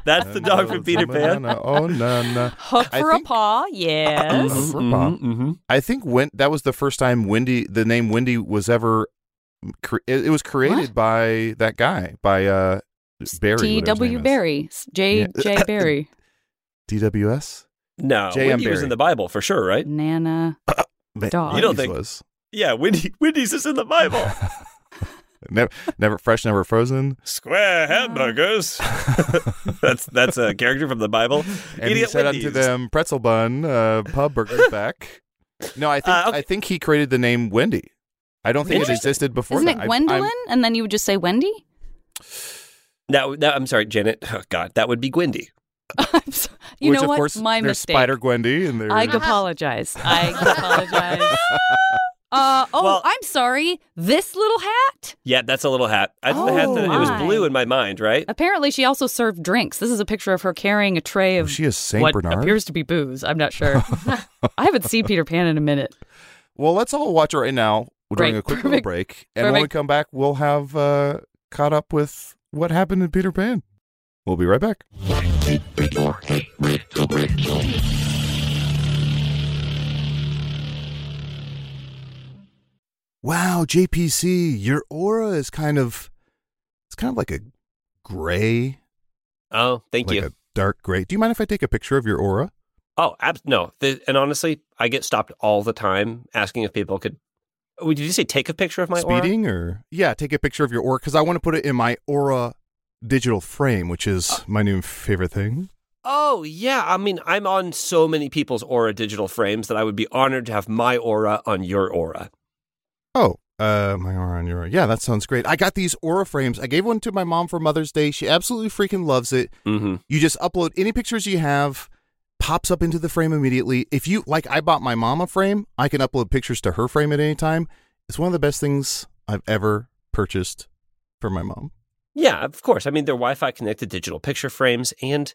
That's the dog from Peter Pan.
Banana, Oh no no.
Hook
I
for
think-
a paw, yes.
Mhm,
Mm-hmm,
mhm, I think when that was the first time Wendy, the name Wendy was ever. Cre- it, it was created by that guy by uh Barry. whatever his
T. W.
name is.
Barry, S- J.
Yeah.
J. Barry,
DWS.
No,
J.M.
Wendy was
Barry.
in the Bible for sure, right?
Nana.
Ba-
Dog.
You don't
Wendy's
think-
was.
Yeah, Wendy. Wendy's is in the Bible.
never never fresh never frozen.
Square hamburgers. that's that's a character from the Bible.
And
Eating
he
at
said unto
Wendy's.
them pretzel bun uh, pub burgers back. No, I think
Uh, okay.
I think he created the name Wendy. I don't think it
Interesting.
existed before.
Isn't
that.
it
I- I'm-
Gwendolyn? and then you would just say Wendy?
Now, now, I'm sorry, Janet. Oh, God, that would be Gwendy.
I'm so- you
Which,
know
of
what?
course,
My
there's
mistake.
Spider Gwendy, and there's
I apologize. I apologize. Uh, oh,
Well-
I'm sorry. This little hat?
Yeah, that's a little hat. I thought the hat that it was
Oh, my.
blue in my mind, right?
Apparently, she also served drinks. This is a picture of her carrying a tray
Oh,
of
she is Saint
what
Bernard.
appears to be booze. I'm not sure. I haven't seen Peter Pan in a minute.
Well, let's all watch it right now during
Great.
a quick little
Perfect.
break, and when we
Perfect.
come back, we'll have uh, caught up with what happened in Peter Pan. We'll be right back. Wow, JPC, your aura is kind of it's kind of like a gray,
Oh, thank
like
you.
a dark gray. Do you mind if I take a picture of your aura?
oh, ab- no. Th- and honestly, I get stopped all the time asking if people could. Oh, Did you say take a picture of my aura?
Speeding or yeah, take a picture of your aura because I want to put it in my aura digital frame, which is my new favorite thing.
Oh, yeah. I mean, I'm on so many people's aura digital frames that I would be honored to have my aura on your aura.
Oh, uh, my aura on your yeah, that sounds great. I got these aura frames. I gave one to my mom for Mother's Day. She absolutely freaking loves it.
Mm-hmm.
You just upload any pictures you have, pops up into the frame immediately. If you like, I bought my mom a frame. I can upload pictures to her frame at any time. It's one of the best things I've ever purchased for my mom.
Yeah, of course. I mean, they're Wi Fi connected digital picture frames, and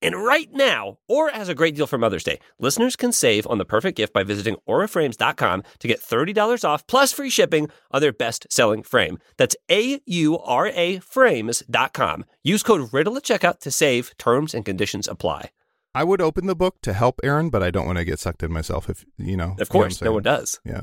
And right now, Aura has a great deal for Mother's Day. Listeners can save on the perfect gift by visiting auraframes.com to get $30 off plus free shipping on their best-selling frame. That's A U R A frames.com. Use code Riddle at checkout to save. Terms and conditions apply.
I would open the book to help Aaron, but I don't want to get sucked in myself. If you know,
Of course, no one does.
Yeah.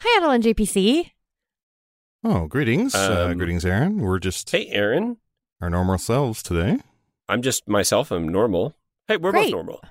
Hi, Adel and JPC.
Oh, greetings, uh,
Um,
greetings, Aaron. We're just
Hey, Aaron.
our normal selves today.
I'm just myself. I'm normal. Hey, we're both
Great.
normal.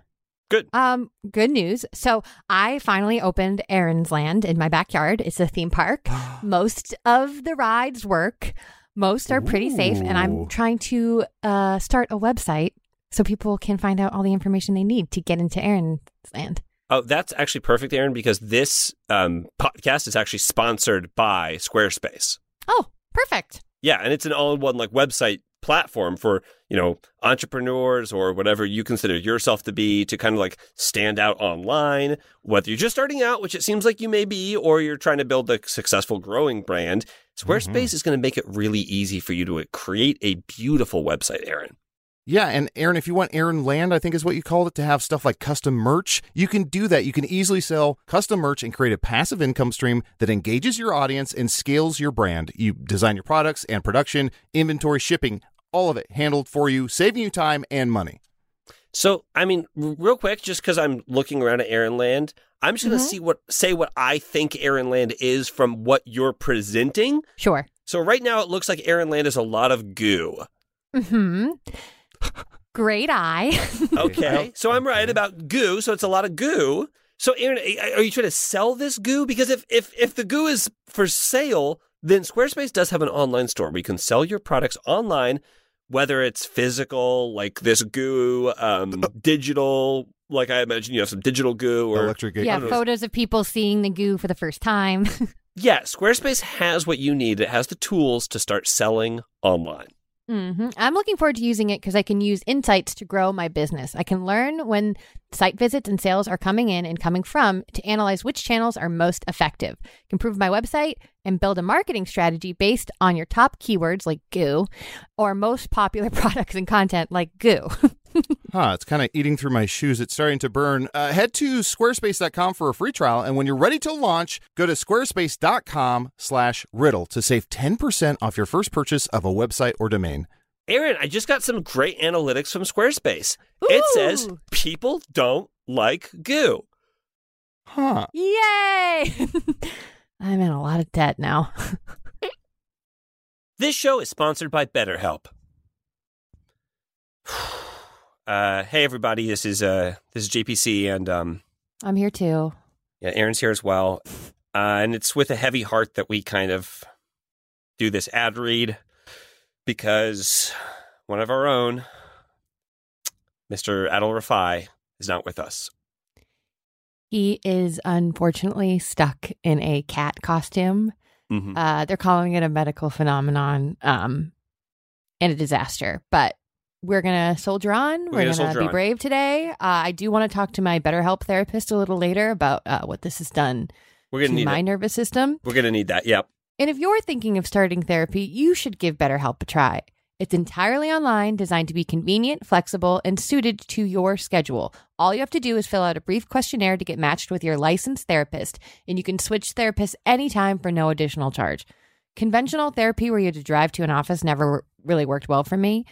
Good.
Um, good news. So I finally opened Aaron's Land in my backyard. It's a theme park. Most of the rides work. Most are pretty safe, and
Ooh.
I'm trying to uh, start a website so people can find out all the information they need to get into Aaron's Land.
Oh, that's actually perfect, Aaron, because this um, podcast is actually sponsored by Squarespace.
Oh, perfect.
Yeah, and it's an all-in-one like website platform for you know entrepreneurs or whatever you consider yourself to be to kind of like stand out online. Whether you're just starting out, which it seems like you may be, or you're trying to build a successful growing brand, Squarespace is going to make it really easy for you to uh, create a beautiful website, Aaron.
Yeah, and Aaron, if you want Aaron Land, I think is what you called it, to have stuff like custom merch, you can do that. You can easily sell custom merch and create a passive income stream that engages your audience and scales your brand. You design your products and production, inventory, shipping, all of it handled for you, saving you time and money.
So, I mean, r- real quick, just because I'm looking around at Aaron Land, I'm just going to see what say what I think Aaron Land is from what you're presenting.
Sure.
So, right now, it looks like Aaron Land is a lot of goo.
Hmm. Great eye.
Okay, so I'm right about goo. So it's a lot of goo. So, Aaron, a- are you trying to sell this goo? Because if if if the goo is for sale, then Squarespace does have an online store where you can sell your products online, whether it's physical, like this goo, um, digital. Like I imagine you have some digital goo or
Electric
yeah, photos of people seeing the goo for the first time.
Yeah, Squarespace has what you need. It has the tools to start selling online.
hmm I'm looking forward to using it because I can use insights to grow my business. I can learn when site visits and sales are coming in and coming from to analyze which channels are most effective, improve my website, and build a marketing strategy based on your top keywords like goo or most popular products and content like goo.
huh, it's kind of eating through my shoes. It's starting to burn. Uh, head to squarespace.com for a free trial, and when you're ready to launch, go to squarespace.com/riddle to save 10% off your first purchase of a website or domain.
Aaron, I just got some great analytics from Squarespace. It says
Ooh.
people don't like goo.
Huh.
Yay! I'm in a lot of debt now.
This show is sponsored by BetterHelp. uh, hey everybody, this is uh, this is JPC, and um,
I'm here too.
yeah, Aaron's here as well. Uh, and it's with a heavy heart that we kind of do this ad read because one of our own, Mr. Adel Rafai, is not with us.
He is unfortunately stuck in a cat costume.
Mhm.
Uh, they're calling it a medical phenomenon um, and a disaster, but we're going to soldier on. We're,
gonna
going to
soldier
be
on.
brave today. Uh, I do want to talk to my BetterHelp therapist a little later about uh, what this has done
We're
to
gonna need
my
that.
nervous system.
We're gonna need that. Yep.
And if you're thinking of starting therapy, you should give BetterHelp a try. It's entirely online, designed to be convenient, flexible, and suited to your schedule. All you have to do is fill out a brief questionnaire to get matched with your licensed therapist, and you can switch therapists anytime for no additional charge. Conventional therapy where you had to drive to an office never really worked well for me.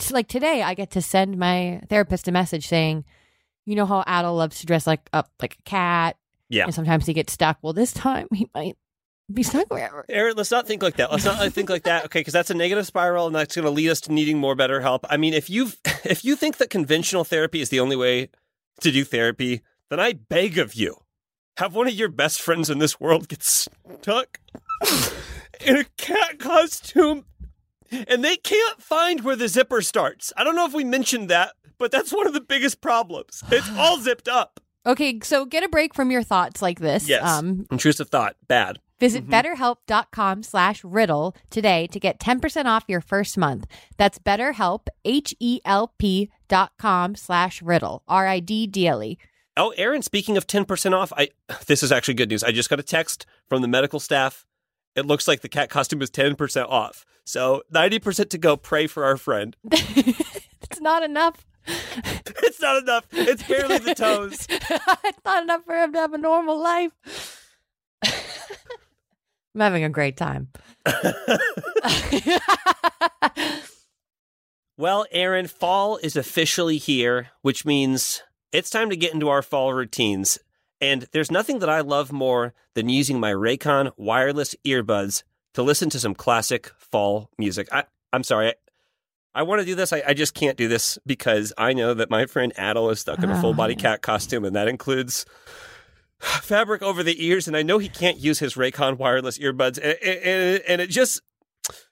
It's like today, I get to send my therapist a message saying, "You know how Adel loves to dress like up like a cat,
Yeah.
and sometimes he gets stuck. Well, this time he might be stuck wherever."
Aaron, let's not think like that. Let's not uh, think like that. Okay, because that's a negative spiral, and that's going to lead us to needing more better help. I mean, if you if you think that conventional therapy is the only way to do therapy, then I beg of you, have one of your best friends in this world get stuck in a cat costume, and they can't find where the zipper starts. I don't know if we mentioned that, but that's one of the biggest problems. It's all zipped up.
Okay, so get a break from your thoughts like this.
Yes,
Um,
intrusive thought, bad.
visit betterhelp.com slash riddle today to get 10% off your first month. That's betterhelp, H-E-L-P dot com slash riddle, R-I-D-D-L-E.
Oh, Aaron, speaking of 10% off, I this is actually good news. I just got a text from the medical staff. It looks like the cat costume is 10% off. So 90% to go. Pray for our friend.
It's not enough.
It's not enough. It's barely the toes.
it's not enough for him to have a normal life. I'm having a great time.
Well, Aaron, fall is officially here, which means it's time to get into our fall routines. And there's nothing that I love more than using my Raycon wireless earbuds to listen to some classic fall music. I, I'm sorry. I, I want to do this. I, I just can't do this because I know that my friend Adel is stuck in a
Oh,
full body
yeah.
cat costume, and that includes fabric over the ears. And I know he can't use his Raycon wireless earbuds. And, and, and it just,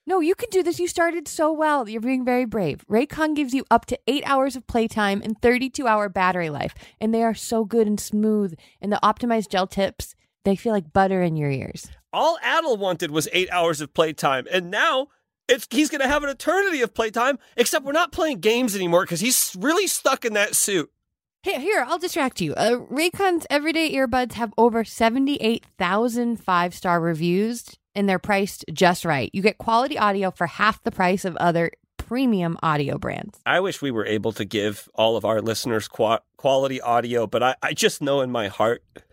No, you can do this. You started so well. You're being very brave. Raycon gives you up to eight hours of playtime and 32 hour battery life. And they are so good and smooth. And the optimized gel tips, they feel like butter in your ears.
All Adel wanted was eight hours of playtime, and now it's he's going to have an eternity of playtime. Except we're not playing games anymore because he's really stuck in that suit.
Here, here I'll distract you. Uh, Raycon's everyday earbuds have over 78,000 five star reviews, and they're priced just right. You get quality audio for half the price of other premium audio brands.
I wish we were able to give all of our listeners qua- quality audio, but I, I just know in my heart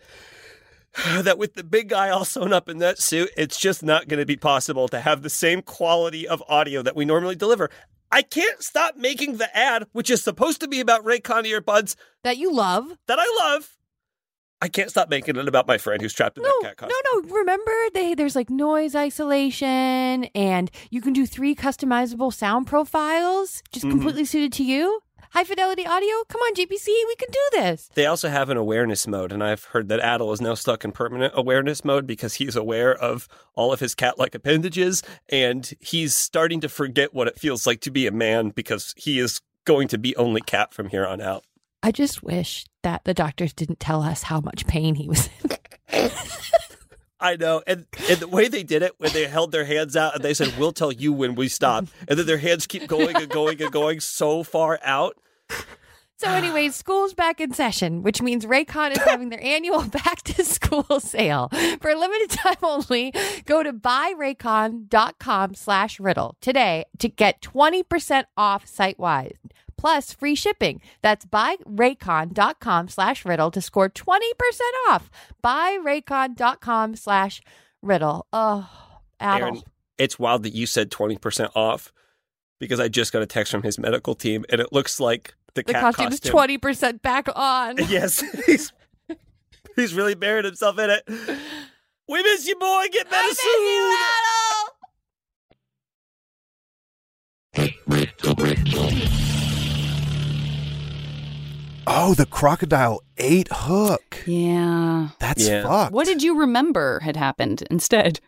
that with the big guy all sewn up in that suit, it's just not going to be possible to have the same quality of audio that we normally deliver. I can't stop making the ad, which is supposed to be about Raycon earbuds,
That you love.
that I love. I can't stop making it about my friend who's trapped in
No,
that cat costume.
no, no. Remember, they there's like noise isolation, and you can do three customizable sound profiles, just completely suited to you. High fidelity audio. Come on, GPC, we can do this.
They also have an awareness mode, and I've heard that Adel is now stuck in permanent awareness mode because he's aware of all of his cat like appendages, and he's starting to forget what it feels like to be a man because he is going to be only cat from here on out.
I just wish that the doctors didn't tell us how much pain he was in.
I know. And, and the way they did it, when they held their hands out and they said, We'll tell you when we stop, and then their hands keep going and going and going so far out.
So, anyways, school's back in session, which means Raycon is having their annual back to school sale. For a limited time only, go to buyraycon.com slash riddle today to get 20% off site wide, plus free shipping. That's buyraycon.com slash riddle to score 20% off. Buyraycon.com slash riddle. Oh, Adel.
Aaron, it's wild that you said 20% off because I just got a text from his medical team and it looks like the,
the
cat
costume, is 20% back on.
Yes, he's, he's really buried himself in it. We miss you, boy. Get better soon.
Oh, the crocodile ate Hook.
Yeah.
That's
Yeah.
fucked.
What did you remember had happened instead?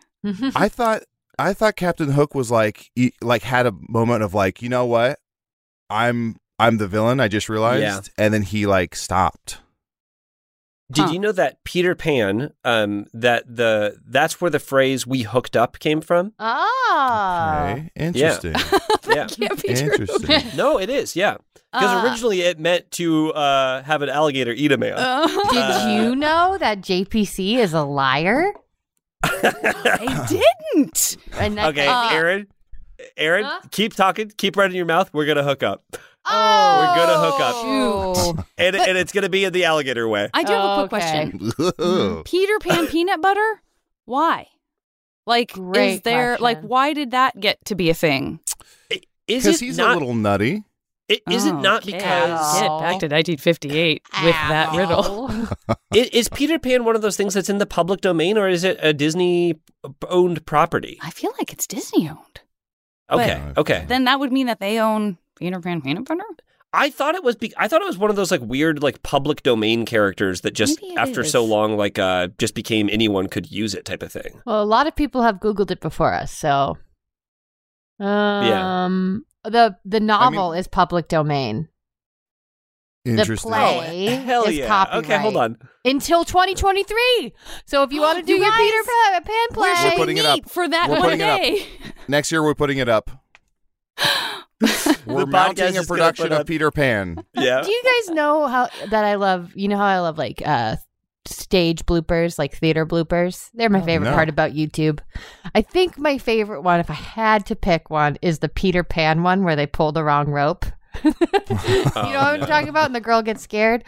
I thought I thought Captain Hook was like he, like had a moment of like, you know what? I'm I'm the villain, I just realized.
Yeah.
And then he like stopped.
Did
Huh.
you know that Peter Pan? Um, that the that's where the phrase "we hooked up" came from.
Oh.
Okay. Interesting.
Yeah.
Can't be true.
Interesting.
No, it is. Yeah, because
Uh.
originally it meant to uh, have an alligator eat a man.
Oh,
Uh,
Did you know that JPC is a liar?
I didn't.
And that-
okay,
uh,
Aaron. Aaron,
Huh?
keep talking. Keep running your mouth. We're gonna hook up,
Oh,
We're gonna hook
Shoot.
up. and, and it's gonna be in the alligator way.
I do have a quick
Okay.
question. Peter Pan peanut butter? Why? Like, is
Great
there like
question.
why did that get to be a thing?
Is
Because
it
he's
not?
a little nutty.
it, is it
Oh,
not
okay.
because
Get back to 1958 with that riddle?
i- is Peter Pan one of those things that's in the public domain, or is it a Disney-owned property?
I feel like it's Disney owned.
Okay,
But-
okay.
Then that would mean that they own Peter Pan peanut butter.
I thought it was. Be- I thought it was one of those like weird like public domain characters that just
Maybe it
after so
is.
long like uh just became anyone could use it type of thing.
Well, a lot of people have Googled it before us, so. Um, the the novel is public domain. The
Interesting.
play
Oh, Hell
is
yeah!
copyright.
Okay, hold on.
Until 2023. So if you want to do
You
your
guys,
Peter Pan, Pan
We're
play,
putting it up.
Neat for that
We're
one
putting it up.
day.
Next year we're putting it up. We're
The podcast
mounting a
is gonna
production
put
of
up-
Peter Pan.
Yeah.
do you guys know how that I love? You know how I love like uh stage bloopers, like theater bloopers. They're my favorite
no.
part about YouTube. I think my favorite one, if I had to pick one, is the Peter Pan one where they pull the wrong rope. you know what I'm talking about? And the girl gets scared.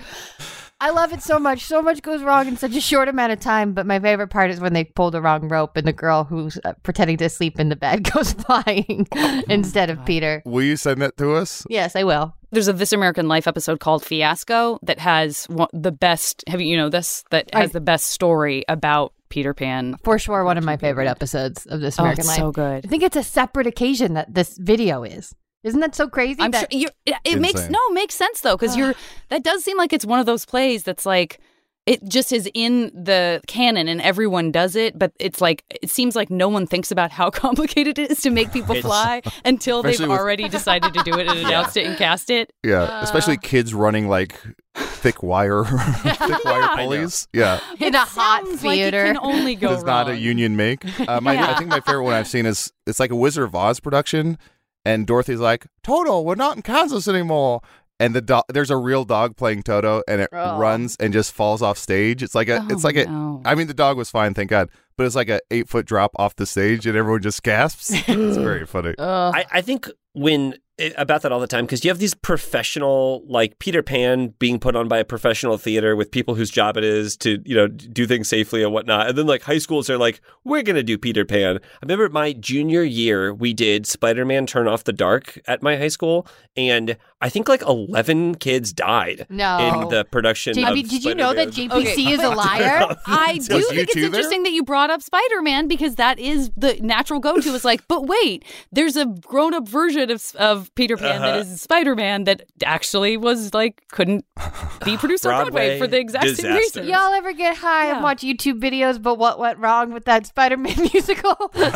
I love it so much. So much goes wrong in such a short amount of time. But my favorite part is when they pull the wrong rope and the girl who's uh, pretending to sleep in the bed goes flying instead of Peter.
Will you send that to us?
Yes, I will.
There's a This American Life episode called Fiasco that has one, the best. Have you you know this? That has
I-
the best story about Peter Pan.
For sure, one of my favorite episodes of This
Oh,
American
it's
Life.
so
I
good.
think it's a separate occasion that this video is. Isn't that so crazy?
I'm sure
that-
you it, it makes
Insane.
no it makes sense though because you're that does seem like it's one of those plays that's like it just is in the canon and everyone does it but it's like it seems like no one thinks about how complicated it is to make people
It's-
fly until they've
Especially with-
already decided to do it and announced it and cast it.
Yeah.
Uh,
Especially kids running like thick wire thick wire
know.
pulleys. Yeah.
in a hot
Sounds like it
theater.
can only go
Does not a
wrong.
union make. Uh, my, I think my favorite one I've seen is it's like a Wizard of Oz production, and Dorothy's like, "Toto, we're not in Kansas anymore." And the dog, there's a real dog playing Toto, and it
Oh.
runs and just falls off stage. It's like a,
Oh,
it's like a.
no.
I mean, the dog was fine, thank God, but it's like a eight foot drop off the stage, and everyone just gasps. it's very funny.
Ugh.
I, I think when eh, about that all the time because you have these professional like Peter Pan being put on by a professional theater with people whose job it is to you know d- do things safely and whatnot, and then like high schools are like we're gonna do Peter Pan. I remember my junior year we did Spider Man Turn Off the Dark at my high school, and I think like eleven kids died
No.
in the production.
JP,
of
did you know that
Spider-Man.
JPC
Okay.
is a liar?
I do
you
think it's
two there?
interesting that you brought up Spider Man because that is the natural go to. Is like, but wait, there's a grown up version of of Peter Pan
Uh-huh.
that is Spider Man that actually was like couldn't be produced on Broadway
Broadway
for the exact same
disaster.
reason.
Y'all ever get high and
Yeah.
watch YouTube videos but what went wrong with that Spider Man musical?
I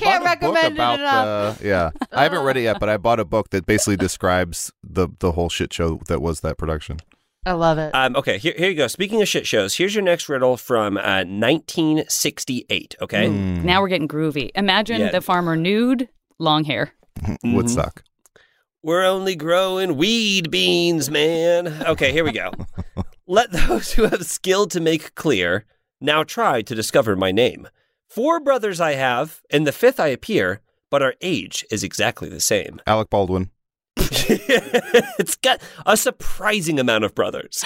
Can't
bought a book
recommend it
about
enough.
the yeah. I haven't read it yet, but I bought a book that basically describes the the whole shit show that was that production.
I love it.
Um, okay, here, here you go. Speaking of shit shows, here's your next riddle from uh, 1968. Okay,
Now we're getting groovy. Imagine
Yeah.
the farmer nude, long hair.
Mm-hmm.
Woodstock.
We're only growing weed beans, man. Okay, here we go. Let those who have skill to make clear now try to discover my name. Four brothers I have, and the fifth I appear, but our age is exactly the same.
Alec Baldwin.
it's got a surprising amount of brothers.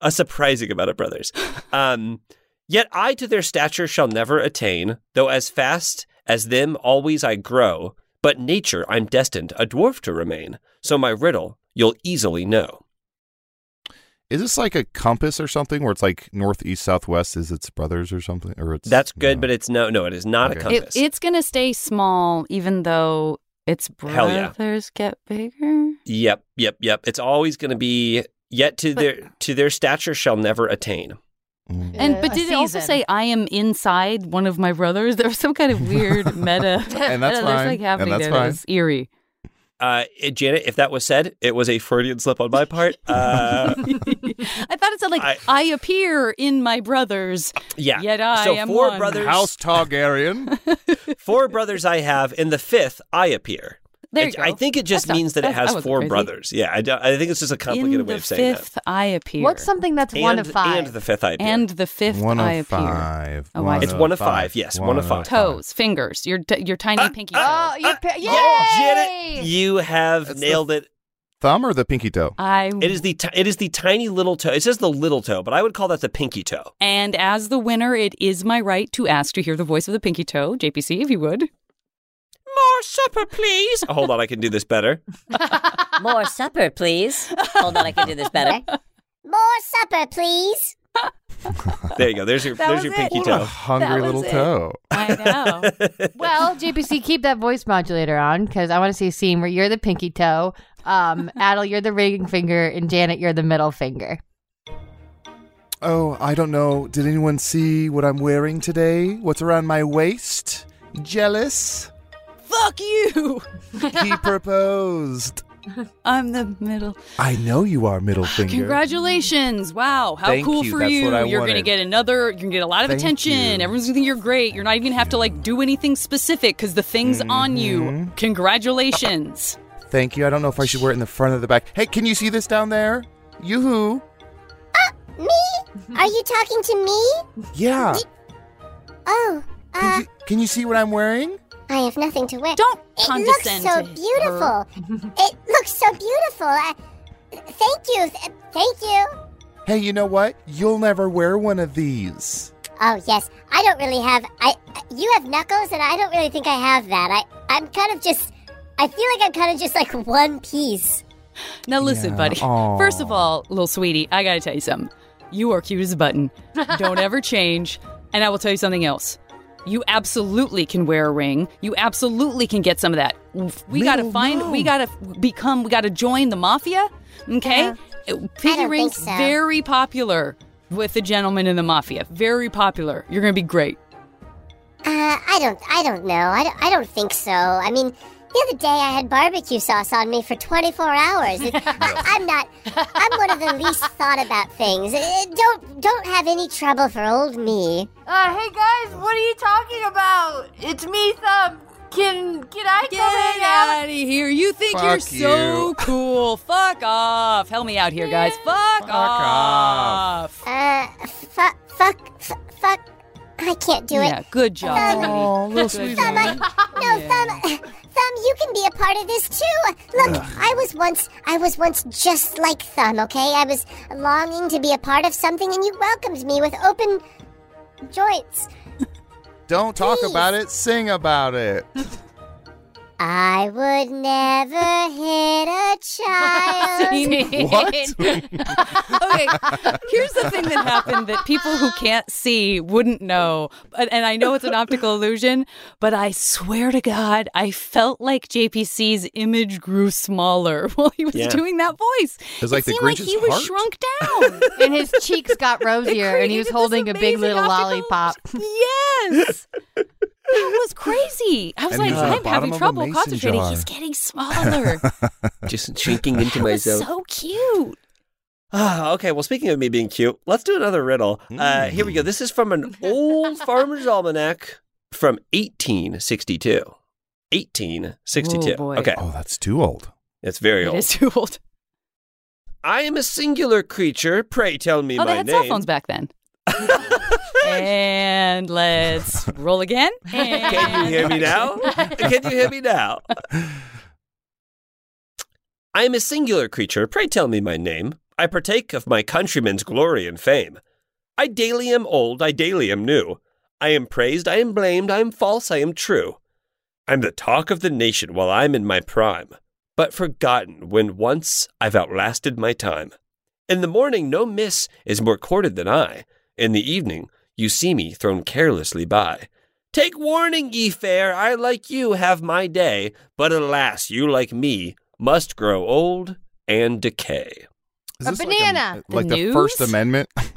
A surprising amount of brothers. Um, yet I to their stature shall never attain, though as fast as them always I grow. But nature I'm destined a dwarf to remain, so my riddle you'll easily know.
Is this like a compass or something where it's like northeast southwest is its brothers or something or it's
That's good, but it's no, no, it is not a
Okay.
It,
compass.
it's going to stay small, even though its
Hell yeah.
brothers get bigger.
Yep, yep, yep. It's always going to be yet to
But-
their to their stature shall never attain.
And
Mm.
Uh,
but
a
did it also
season.
say I am inside one of my brothers? There was some kind of weird meta.
And that's
there's
fine. And
like happening
that's
there.
fine.
That was eerie.
Uh, eh, Janet, if that was said, it was a Freudian slip on my part. Uh,
I thought it said like
I-
I, appear in my brothers.
yeah.
Yet I
so
am
four
one.
brothers,
House Targaryen.
four brothers I have. In the fifth, I appear.
There
It-
you go.
I think it just
That's not-
means that it
that's- I
has
wasn't
four
crazy.
brothers. Yeah, I, do- I think it's just a complicated
in
way
the
of saying
fifth, I appear.
What's something that's
that.
one
and,
of five?
and the fifth, I appear.
and the fifth
One
I
of
appear.
five.
Oh, I
It's one of five, yes, one of five.
Toes, fingers, your t- your tiny
Ah,
pinky. toe.
oh, you pi-
Yeah,
Yay!
Janet, you have
That's the-
nailed it.
Thumb or the pinky toe?
I
It is the ti- it is the tiny little toe. It says the little toe, but I would call that the pinky toe.
and as the winner, it is my right to ask to hear the voice of the pinky toe, JPC, if you would.
More supper, please. Oh, hold on, I can do this better.
More supper, please. Hold on, I can do this better.
More supper, please.
There you go. There's your
That
there's
was
your
it.
pinky
What a
toe.
hungry
That
little
was it.
toe.
I know.
Well, JPC, keep that voice modulator on because I want to see a scene where you're the pinky toe, um, Adel, you're the ring finger, and Janet, you're the middle finger.
Oh, I don't know. Did anyone see what I'm wearing today? What's around my waist? Jealous?
Fuck you!
He proposed.
I'm the middle.
I know you are, middle finger.
Congratulations! Wow, how
Thank
cool
you,
for
that's
you!
what I
you're gonna
wanted.
get another. You're gonna get a lot of
Thank
attention.
you.
Everyone's gonna think you're great. You're not even gonna have to like do anything specific because the thing's
Mm-hmm.
on you. Congratulations!
Thank you. I don't know if I should wear it in the front or the back. Hey, can you see this down there? Yoo-hoo.
Uh, Me? Are you talking to me?
Yeah.
Oh,
Can
uh,
you, can you see what I'm wearing?
I have nothing to wear.
Don't
It looks
condescend
so
to
beautiful. it looks so beautiful. I, thank you. th- Thank you.
Hey, you know what? You'll never wear one of these.
Oh yes, I don't really have. I you have knuckles, and I don't really think I have that. I I'm kind of just. I feel like I'm kind of just like one piece.
Now listen,
Yeah,
buddy.
aw.
First of all, little sweetie, I gotta tell you something. You are cute as a button. Don't ever change. And I will tell you something else. You absolutely can wear a ring. You absolutely can get some of that. We gotta
Little
find. We gotta become. We gotta join the mafia. Okay. It- Pinky
think
rings
so.
very popular with the gentlemen in the mafia. Very popular. You're gonna be great.
Uh, I don't. I don't know. I don't, I don't think so. I mean, the other day I had barbecue sauce on me for 24 hours. It- I, I'm not. I'm one of the least thought about things. Uh, don't don't have any trouble for old me.
Uh, hey guys, what are you talking about? It's me, Thumb. Can can I come hang out?
out of here! You think
Fuck
you're so
you.
cool? Fuck off! Help me out here, guys. Fuck,
Fuck off.
off.
Uh, fuck, fuck, f- fuck. I can't do
yeah,
it.
good job.
Thumb.
sweetie.
Aw, little
Good
sweetie.
Thumb, I,
job.
no, Thumb, Thumb, you can be a part of this too. Look, I was once, I was once just like Thumb. Okay, I was longing to be a part of something, and you welcomed me with open joints.
Don't talk
Please.
about it. Sing about it.
I would never hit a child.
okay, here's the thing that happened that people who can't see wouldn't know. But, and I know it's an optical illusion, but I swear to God, I felt like JPC's image grew smaller while he was
Yeah.
doing that voice.
It's like
it
the
seemed like
Grinch's
he was
heart.
shrunk down.
And his cheeks got rosier, and he was
created this
holding a big
amazing
little
optical-
lollipop.
Yes. That was crazy. I was
And he was
like,
in the
I'm
bottom
having
of a
trouble
mason
concentrating.
jar.
He's getting smaller.
Just shrinking into
It's
myself.
so cute.
Ah, okay. Well, speaking of me being cute, let's do another riddle. Uh, here
Mm.
we go. This is from an old farmer's almanac from 1862. 1862.
Oh, boy.
okay.
Oh, that's too old.
It's very
It
old.
is too old.
I am a singular creature. Pray tell me
Oh,
my
they had
name.
cell phones back then. and let's roll again.
Can you hear me now? Can you hear me now? I am a singular creature. Pray tell me my name. I partake of my countrymen's glory and fame. I daily am old. I daily am new. I am praised. I am blamed. I am false. I am true. I'm the talk of the nation while I'm in my prime, but forgotten when once I've outlasted my time. In the morning, no miss is more courted than I. In the evening, you see me thrown carelessly by. Take warning, ye fair, I like you have my day, but alas, you like me must grow old and decay.
a banana.
like the First Amendment.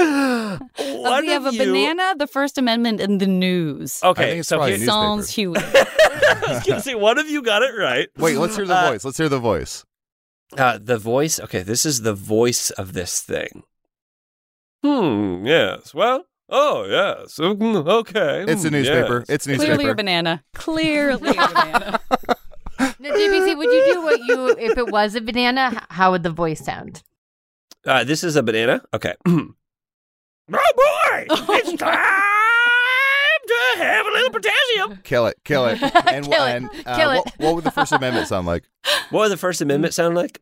Oh, we have a banana, the First Amendment, and the news.
Okay, I think it's so probably
it
here-
sounds huge.
I was gonna say one of you got it right.
Wait, let's hear the
Uh,
voice. Let's hear the voice.
Uh, the voice. Okay, this is the voice of this thing. Hmm. Yes. Well. Oh, yes. Mm, Okay.
It's a
mm,
newspaper.
yes.
It's a newspaper.
Clearly a banana. Clearly a banana.
Now, GBC, would you do what you if it was a banana? h- How would the voice sound?
Uh, this is a banana. Okay. oh boy! It's time to have a little potassium.
Kill it. Kill it. And,
Kill it.
and, uh,
Kill it.
What, what would the First Amendment sound like?
What would the First Amendment sound like?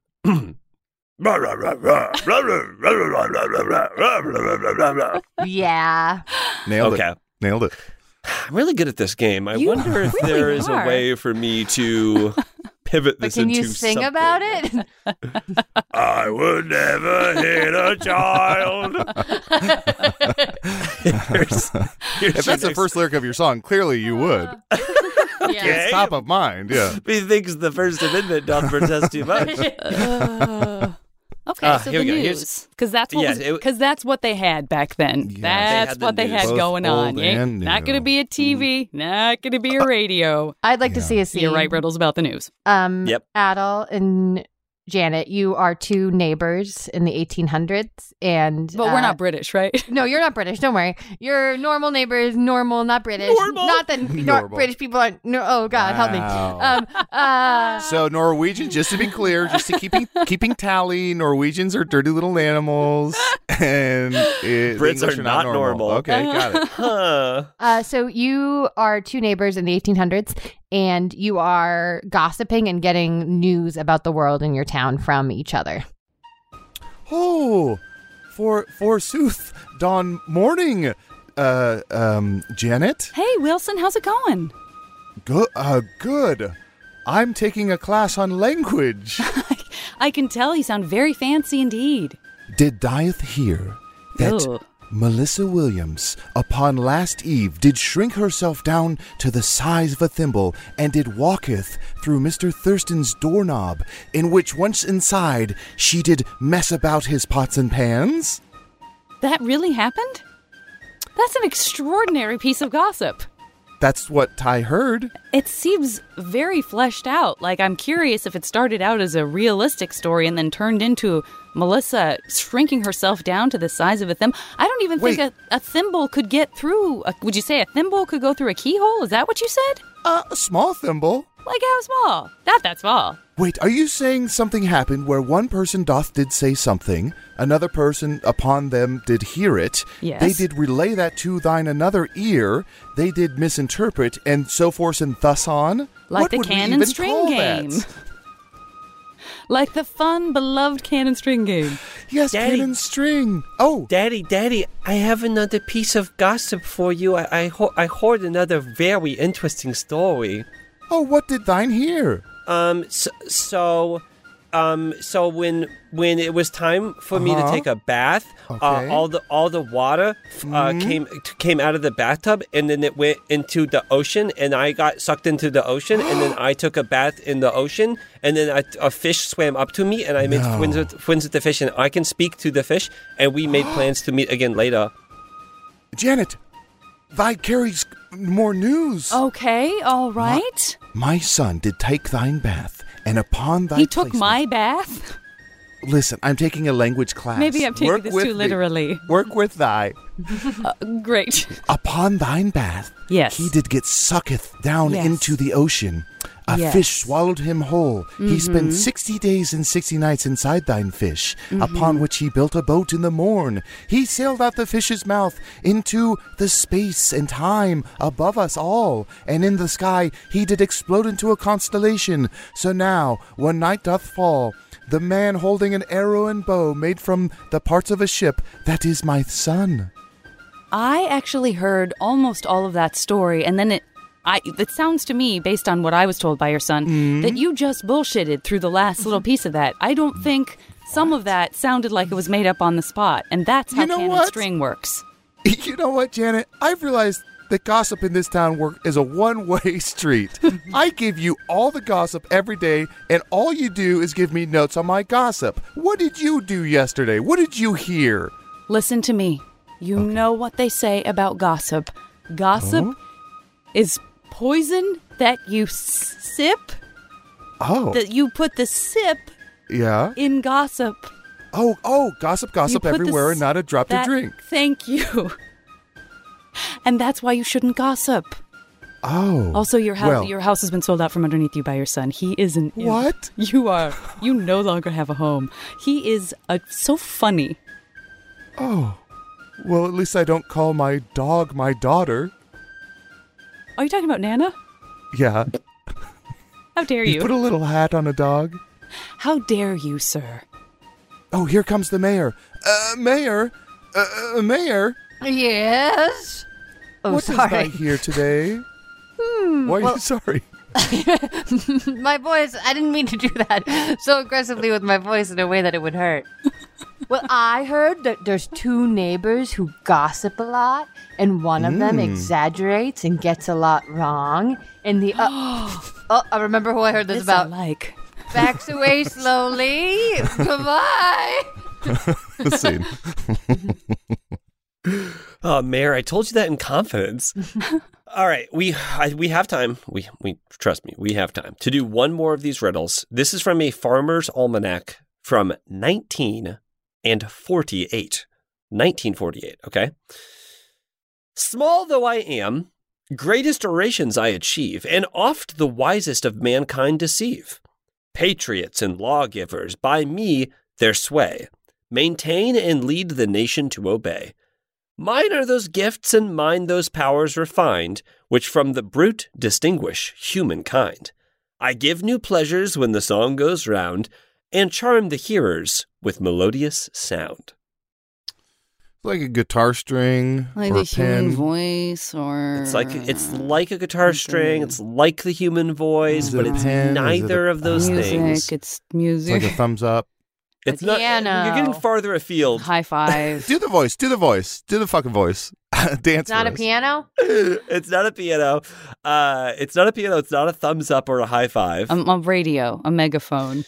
okay.
Yeah.
Nailed it. Nailed it.
I'm really good at this game. I
You
wonder if
really
there is
are.
a way for me to pivot
But
this
can
into
you sing
something.
about it?
I would never hit a child. Here's- here's
If that's
your
the first lyric of your song, clearly you would.
Uh,
next- okay.
It's top of mind. Yeah.
Methinks the First Amendment doth protest too much.
Uh, okay,
Ah,
so
here
the
we go. Here's-
news, because that's what
Yeah,
was-
it-
'cause that's what they had back then.
Yeah. They
that's
had the
what they
news.
had
Both
going on.
old
Ain't-
and
Not
new.
gonna be a TV.
Mm-hmm.
Not gonna be a radio.
I'd like to
Yeah.
see a
See
scene.
you right riddles about the news.
Um,
Yep.
Adel and Janet, you are two neighbors in the 1800s, and
But we're
uh,
not British, right?
No, you're not British. Don't worry. You're normal neighbors, normal, not British.
Normal?
Not that nor-
Normal.
British people aren't. No, oh God, help me.
Wow.
Um, uh,
So Norwegian, just to be clear, just to keeping keeping tally, Norwegians are dirty little animals, and it,
Brits
English
are
not
not
normal.
normal.
Okay, got it.
Huh.
uh, so you are two neighbors in the 1800s, and you are gossiping and getting news about the world in your town from each other.
Oh, for forsooth, dawn morning, uh, um, Janet.
Hey, Wilson, how's it going?
Good, uh, good. I'm taking a class on language.
I can tell you sound very fancy indeed.
did dieth hear that
Ugh.
Melissa Williams, upon last eve, did shrink herself down to the size of a thimble, and did walketh through Mr. Thurston's doorknob, in which once inside she did mess about his pots and pans?
That really happened? That's an extraordinary piece of gossip.
That's what Ty heard.
It seems very fleshed out. Like, I'm curious if it started out as a realistic story and then turned into Melissa shrinking herself down to the size of a thimble. I don't even
Wait.
think a, a thimble could get through. A, would you say a thimble could go through a keyhole? Is that what you said?
Uh, a small thimble.
Like, how small? Not that small.
Wait, are you saying something happened where one person doth did say something, another person upon them did hear it?
Yes.
They did relay that to thine another ear, they did misinterpret, and so forth and thus on?
Like
What
the
would we
cannon
even
string
call that?
game. Like the fun, beloved cannon string game.
Yes,
Daddy.
cannon string. Oh,
Daddy, Daddy, I have another piece of gossip for you. I I, ho- I heard another very interesting story.
oh, what did thine hear?
Um, so, so um, so when when it was time for me to
Uh-huh.
take a bath,
Okay. Mm-hmm.
uh, all the all the water f- uh, came came out of the bathtub, and then it went into the ocean, and I got sucked into the ocean, and then I took a bath in the ocean, and then a, a fish swam up to me, and I made
No.
friends with friends with the fish, and I can speak to the fish, and we made plans to meet again later.
Janet, thy carries more news.
Oh. Okay, all right.
My son did take thine bath, and upon thy
he took
placement-
my bath.
Listen, I'm taking a language class.
Maybe I'm taking
Work
this
with
too
me.
literally.
Work with thy.
Uh, great.
Upon thine bath,
Yes.
he did get sucketh down
Yes.
into the ocean. A
Yes.
fish swallowed him whole. He spent
Mhm.
sixty days and sixty nights inside thine fish,
Mm-hmm.
upon which he built a boat in the morn. He sailed out the fish's mouth into the space and time above us all, and in the sky he did explode into a constellation. So now, when night doth fall, the man holding an arrow and bow made from the parts of a ship, that is my son.
I actually heard almost all of that story, and then it. I, it sounds to me, based on what I was told by your son,
Mm-hmm.
that you just bullshitted through the last little piece of that. I don't think some of that sounded like it was made up on the spot, and that's how
You know
canon
what?
string works.
You know what, Janet? I've realized that gossip in this town work is a one-way street. I give you all the gossip every day, and all you do is give me notes on my gossip. What did you do yesterday? What did you hear?
Listen to me. You know what they say about gossip. Gossip
Oh.
is poison that you s- sip,
Oh,
that you put the sip
yeah.
in gossip.
Oh, oh, gossip,
You
gossip
put the
everywhere,
s-
and not a drop
that-
to drink.
Thank you. And that's why you shouldn't gossip.
Oh.
Also, your house
Well,
your house has been sold out from underneath you by your son. He isn't
What?
you are. You no longer have a home. He is a, so funny.
Oh. Well, at least I don't call my dog my daughter.
Are you talking about Nana?
Yeah.
How dare
He
you?
put a little hat on a dog.
How dare you, sir?
Oh, here comes the mayor. Uh, mayor, uh, uh, mayor.
Yes. Oh,
what does I
sorry.
hear today?
Hmm,
Why are
well-
you sorry?
my voice. I didn't mean to do that so aggressively with my voice in a way that it would hurt. well, I heard that there's two neighbors who gossip a lot, and one of them
Mm.
exaggerates and gets a lot wrong, and the uh, oh, I remember who I heard this, about.
like
backs away slowly. Goodbye.
Scene.
Oh, Mayor, I told you that in confidence. All right, we I, we have time. We we trust me, we have time to do one more of these riddles. This is from a farmer's almanac from 19 and 48. 1948, okay? Small though I am, greatest orations I achieve, and oft the wisest of mankind deceive. Patriots and lawgivers, by me their sway, maintain and lead the nation to obey. Mine are those gifts and mine those powers refined, which from the brute distinguish humankind. I give new pleasures when the song goes round, and charm the hearers with melodious sound.
like a guitar string
Like
or
a
a
human
pen.
voice or uh,
It's like it's
Mm.
like a guitar
Mm-hmm.
string, it's like the human voice,
Is it
but
a
it's
pen? Is it
neither
a-
of those
music,
things.
it's
It's
music.
like a thumbs up. Mm-hmm.
It's
A
not
piano.
you're getting farther afield.
High five.
Do the voice. Do the voice. Do the fucking voice. Dance.
It's not a
voice.
piano.
It's not a piano. Uh, it's not a piano. It's not a thumbs up or a high five.
um, a radio, a megaphone.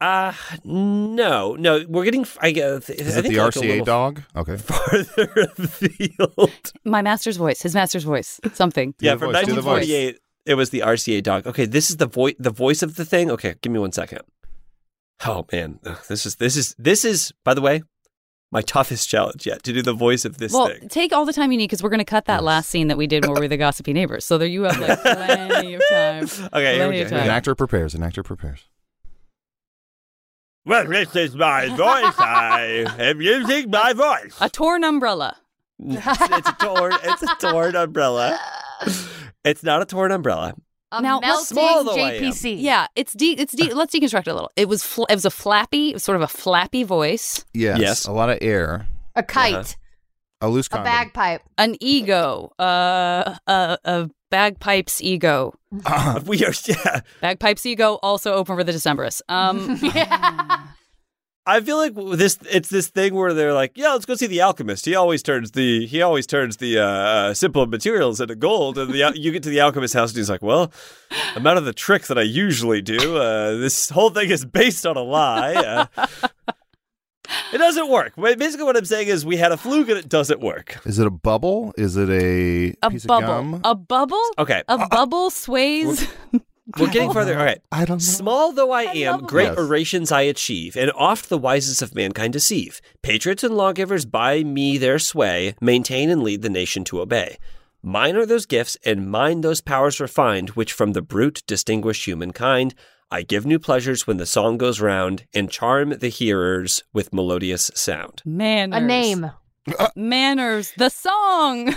Uh no, no. We're getting. f- I guess
Is
I
it
think
the
like a
RCA
little
dog? Okay.
Farther afield.
My master's voice, his master's voice, something.
Do
yeah,
the
from
voice, do the voice.
1948, it was the RCA dog. Okay, this is the voice, the voice of the thing. Okay, give me one second. Oh man, Ugh, this is this is this is. By the way, my toughest challenge yet to do the voice of this
well,
thing.
take all the time you need because we're going to cut that last scene that we did where we were the gossipy neighbors. So there you have like plenty of time.
Okay, here we
Plenty
go.
of
An
time.
actor prepares. An actor prepares.
Well, this is my voice. I am using my voice.
A torn umbrella.
it's a torn. It's a torn umbrella. It's not a torn umbrella.
A
Now, let's-
melting
Small though I am.
JPC.
Yeah, it's de- it's de- let's deconstruct it a little. It was fl- it was a flappy, it was sort of a flappy voice,
Yes.
Yes.
A lot of air.
a kite,
A loose
a
condom.
bagpipe.
an ego, uh, a, a bagpipes ego,
We are. Yeah.
bagpipes ego. Also open for the Decemberists. Um,
I feel like this it's this thing where they're like, yeah, let's go see the alchemist. He always turns the he always turns the uh, uh, simple materials into gold. And the al- you get to the alchemist's house and he's like, well, I'm out of the trick that I usually do. Uh, this whole thing is based on a lie. Uh, it doesn't work. Ba- Basically, what I'm saying is we had a fluke and it doesn't work.
Is it a bubble? Is it a,
a
piece of
bubble,
gum?
a bubble,
Okay,
a bubble sways
We're getting farther. All right.
I don't know.
Small though Mm-hmm. I, am, great
Yes.
orations I achieve, and oft the wisest of mankind deceive. Patriots and lawgivers by me their sway, maintain and lead the nation to obey. Mine are those gifts, and mine those powers refined, which from the brute distinguish humankind. I give new pleasures when the song goes round, and charm the hearers with melodious sound.
Manners.
A name.
Manners. The song.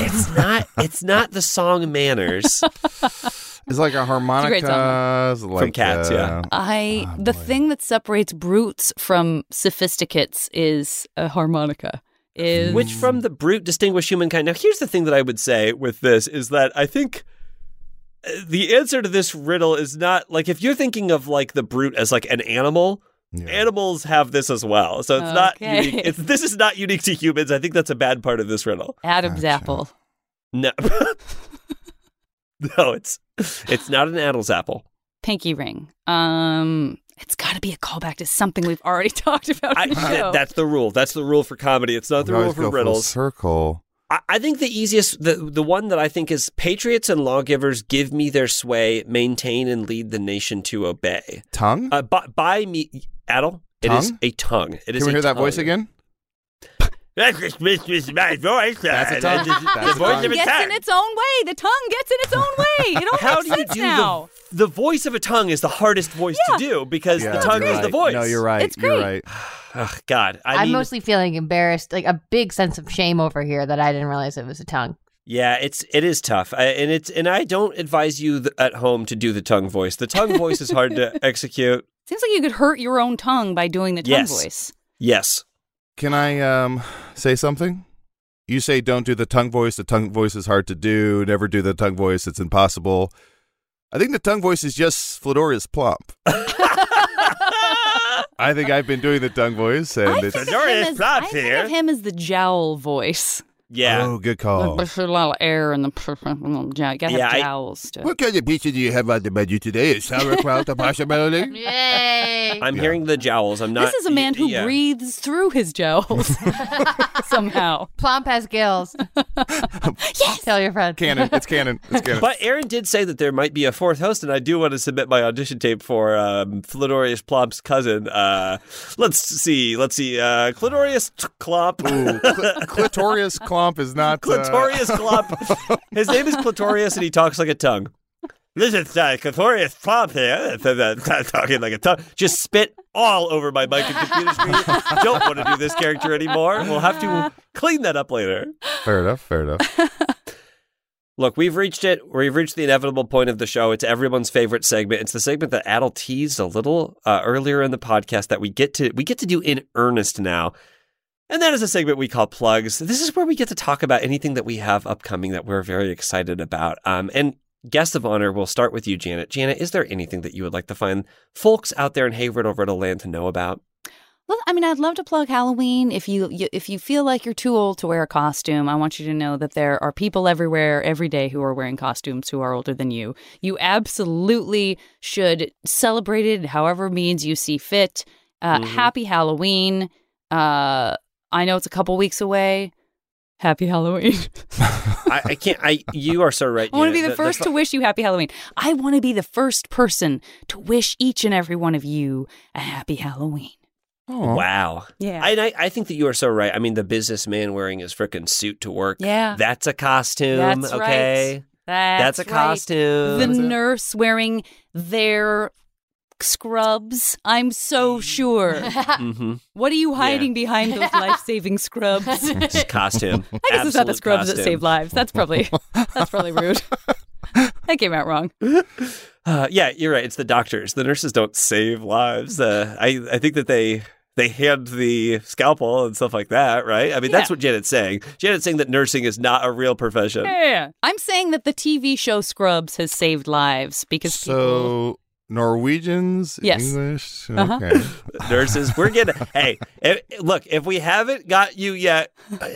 It's not. It's not the song manners
It's like a harmonica.
song, though.
it's like,
Cats, yeah.
uh,
I the thing that separates brutes from sophisticates is a harmonica. Is
which from the brute distinguish humankind. Now, here's the thing that I would say with this is that I think uh, the answer to this riddle is not like if you're thinking of like the brute as like an animal. Animals have this as well, so it's not
Okay.
unique. It's, this is not unique to humans. I think that's a bad part of this riddle.
Adam's apple.
No, no, it's it's not an Adam's apple.
Pinky ring. Um it's gotta be a callback to something we've already talked about
I,
in the
th-
show.
that's the rule. That's the rule for comedy. It's not
we
the rule
always go
for
full
riddles.
circle.
I- I think the easiest, the, the one that I think is patriots and lawgivers give me their sway, maintain and lead the nation to obey.
Tongue?
Uh, by, by me, Adel, it is
Tongue?
a tongue. It is
Can we
a
hear that voice
tongue.
again?
That's just mis- mis- my voice.
That's a tongue.
Uh,
That's
the
a
voice
tongue.
of a
gets
tongue.
in its own way. The tongue gets in its own way. It all
How
makes
do you
sense
do
now.
the, the voice of a tongue is the hardest voice to do because
Yeah,
the tongue
you're
is the
right.
voice.
No, you're right.
It's
You're
great.
right.
Ugh, God, I
I'm
mean,
mostly feeling embarrassed, like a big sense of shame over here that I didn't realize it was a tongue.
Yeah, it's it is tough, I, and it's and I don't advise you th- at home to do the tongue voice. The tongue voice is hard to execute.
Seems like you could hurt your own tongue by doing the tongue
Yes.
voice.
Yes,
Can I um say something? You say don't do the tongue voice. The tongue voice is hard to do. Never do the tongue voice. It's impossible. I think the tongue voice is just Fladoria's plump. I think I've been doing the tongue voice, and
I
it's
think, of
Sorry,
him
it's
as,
not
I think
fair.
of him as the jowl voice.
Yeah.
oh, good
Like,
call.
There's a lot of air in the jowl. You gotta
Yeah, I-
have jowls. to-
kind of pizza do you have on the menu today? Is sauerkraut a possibility?
Yay!
I'm hearing the jowls. I'm not.
this is a man
y-
who
yeah.
breathes through his jowls somehow.
Plump has gills. yes! Tell your friend.
Canon. It's canon. It's canon.
But Aaron did say that there might be a fourth host, and I do want to submit my audition tape for um, Flidorius Plop's cousin. Uh, let's see. Let's see. Uh, Clitorius T- Clop.
Ooh, uh, cl- clitorius clump is not. uh,
Clitorius Clop. His name is Clitorius, and he talks like a tongue. This is uh, Clitorius Plop here. Talking like a tongue. Just spit all over my mic and computer screen. Don't want to do this character anymore. We'll have to clean that up later.
fair enough. Fair enough.
Look, we've reached it. We've reached the inevitable point of the show. It's everyone's favorite segment. It's the segment that Adel teased a little uh, earlier in the podcast that we get to we get to do in earnest now. And that is a segment we call plugs. This is where we get to talk about anything that we have upcoming that we're very excited about. Um, and guest of honor, we'll start with you, Janet. Janet, is there anything that you would like to find folks out there in Hey Riddle Riddle Land to know about?
Well, I mean, I'd love to plug Halloween. If you, you if you feel like you're too old to wear a costume, I want you to know that there are people everywhere every day who are wearing costumes who are older than you. You absolutely should celebrate it, however means you see fit. Uh,
Mhm.
Happy Halloween! Uh, I know it's a couple weeks away. Happy Halloween!
I, I can't. I you are so right.
I want to
Janet.
be the, first to wish you happy Halloween. I want to be the first person to wish each and every one of you a happy Halloween.
Wow.
Yeah.
I- And I, I think that you are so right. I mean, the businessman wearing his freaking suit to work.
Yeah.
That's a costume.
That's right.
okay.
That's,
That's, a
right.
costume.
The nurse wearing their scrubs. I'm so sure.
Mhm.
what are you hiding behind those life-saving scrubs? I
It's a costume. I
guess it's not the scrubs that save lives. That's probably that's probably rude. that came out wrong.
Uh, yeah, you're right. It's the doctors. The nurses don't save lives. Uh, I I think that they they hand the scalpel and stuff like that, right? I mean, that's
Yeah.
what Janet's saying. Janet's saying that nursing is not a real profession.
Yeah. I'm saying that the TV show Scrubs has saved lives because people
So Norwegians,
Yes.
English. Okay.
Uh-huh.
nurses. We're getting. hey, if, look, if we haven't got you yet,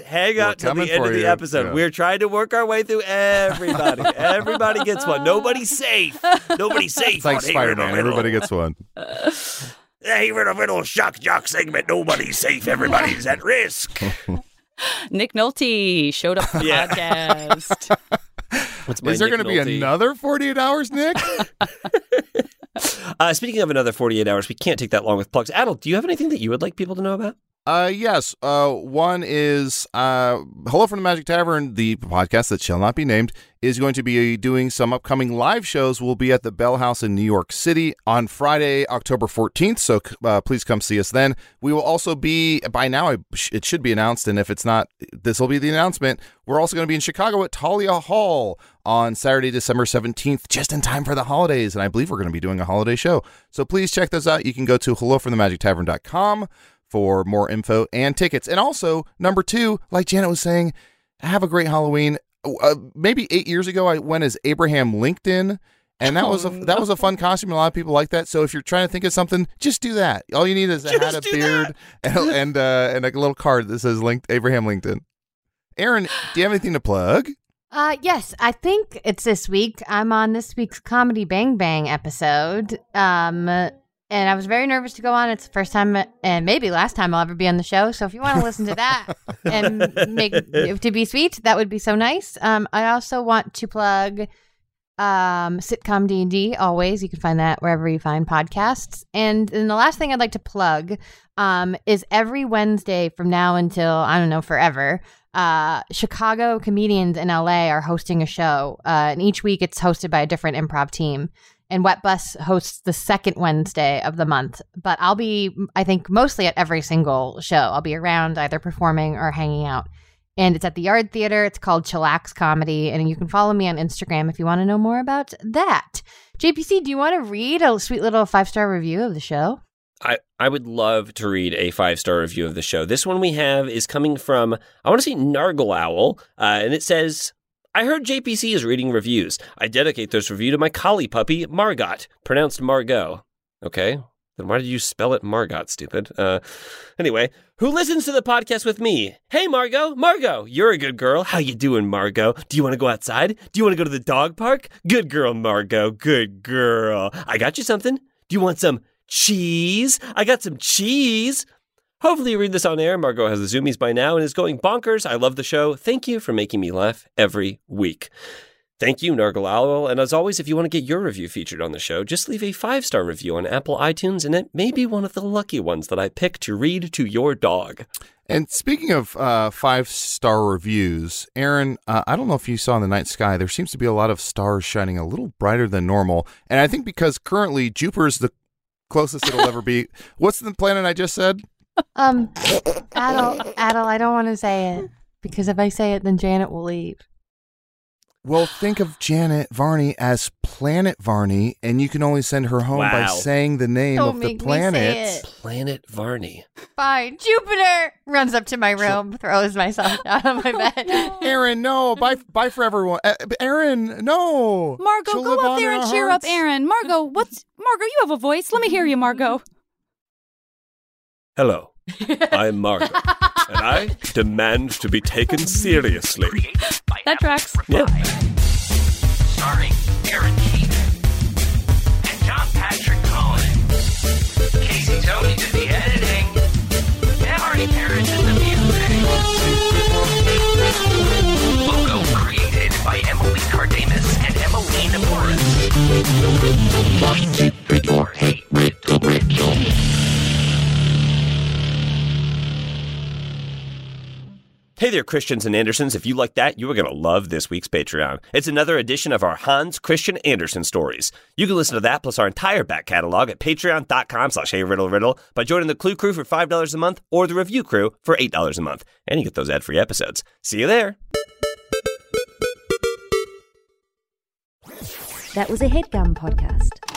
hang out till
coming
the end
for
of the
you,
episode.
yeah.
We're trying to work our way through everybody. everybody gets one. Nobody's safe. Nobody's safe.
It's like Spider Man. Everybody gets one.
Hey, riddle, riddle, shock, jock segment. Nobody's safe. Everybody's at risk.
Nick Nolte showed up for the
Yeah.
podcast.
What's my
Is there
Nick
going to be
Nolte?
another 48 hours, Nick?
Uh, speaking of another 48 hours, we can't take that long with plugs. Adel, do you have anything that you would like people to know about?
Uh, yes. Uh, one is uh, Hello from the Magic Tavern, the podcast that shall not be named, is going to be doing some upcoming live shows. We'll be at the Bell House in New York City on Friday, October 14th. So uh, please come see us then. We will also be, by now, I- it should be announced. And if it's not, this will be the announcement. We're also going to be in Chicago at Talia Hall on Saturday, December 17th, just in time for the holidays. And I believe we're going to be doing a holiday show. So please check those out. You can go to hellofromthemagictavern.com for more info and tickets. And also, number two, like Janet was saying, have a great Halloween. Uh, maybe eight years ago, I went as Abraham LinkedIn. And that was a that was a fun costume. A lot of people like that. So if you're trying to think of something, just do that. All you need is a hat, a beard, and and, uh, and a little card that says linked, Abraham LinkedIn. Aaron, do you have anything to plug?
Uh, yes, I think it's this week. I'm on this week's Comedy Bang Bang episode. Um, and I was very nervous to go on. It's the first time and maybe last time I'll ever be on the show. So if you want to listen to that and make to be sweet, that would be so nice. Um, I also want to plug um sitcom d&d always you can find that wherever you find podcasts and then the last thing i'd like to plug um is every wednesday from now until i don't know forever uh chicago comedians in la are hosting a show uh and each week it's hosted by a different improv team and wet bus hosts the second wednesday of the month but i'll be i think mostly at every single show i'll be around either performing or hanging out and it's at the Yard Theater. It's called Chillax Comedy, and you can follow me on Instagram if you want to know more about that. JPC, do you want to read a sweet little five star review of the show?
I, I would love to read a five star review of the show. This one we have is coming from, I want to say Nargle Owl, uh, and it says, I heard JPC is reading reviews. I dedicate this review to my collie puppy, Margot, pronounced Margot. Okay, then why did you spell it Margot, stupid? Uh, anyway, who listens to the podcast with me? Hey, Margot, Margot, you're a good girl. How you doing, Margot? Do you want to go outside? Do you want to go to the dog park? Good girl, Margot. Good girl. I got you something. Do you want some cheese? I got some cheese. Hopefully, you read this on air. Margot has the zoomies by now and is going bonkers. I love the show. Thank you for making me laugh every week. Thank you, Nargle Owl. And as always, if you want to get your review featured on the show, just leave a five star review on Apple iTunes, and it may be one of the lucky ones that I pick to read to your dog.
And speaking of uh, five star reviews, Aaron, uh, I don't know if you saw in the night sky, there seems to be a lot of stars shining a little brighter than normal. And I think because currently Jupiter's the closest it'll ever be. What's the planet I just said?
Um, Adel, Adel, I don't want to say it because if I say it, then Janet will leave.
Well, think of Janet Varney as Planet Varney, and you can only send her home by
Wow.
saying the name
Don't
of the
make me say
planet.
it.
Planet Varney.
Fine, Jupiter runs up to my room, throws myself down on my bed.
Aaron, no, bye, bye for everyone. Uh, Aaron, no.
Margot,
She'll
go
live
up
on
there
in
and
our
cheer
hearts.
up Aaron. Margot, what's Margot, you have a voice. Let me hear you, Margot.
Hello, I'm Margot, and I demand to be taken seriously.
That tracks.
starring Aaron Keith and John Patrick Cohen. Casey Tony did the editing, and Marty Parrish did the music. Logo created by Emily Cardamus and Emily Naporis. Like it or hate it, original.
Hey there, Christians and Andersons. If you like that, you are going to love this week's Patreon. It's another edition of our Hans Christian Andersen stories. You can listen to that plus our entire back catalog at patreon.com slash heyriddleriddle by joining the Clue Crew for $5 a month or the Review Crew for $8 a month. And you get those ad-free episodes. See you there.
That was a headgum podcast.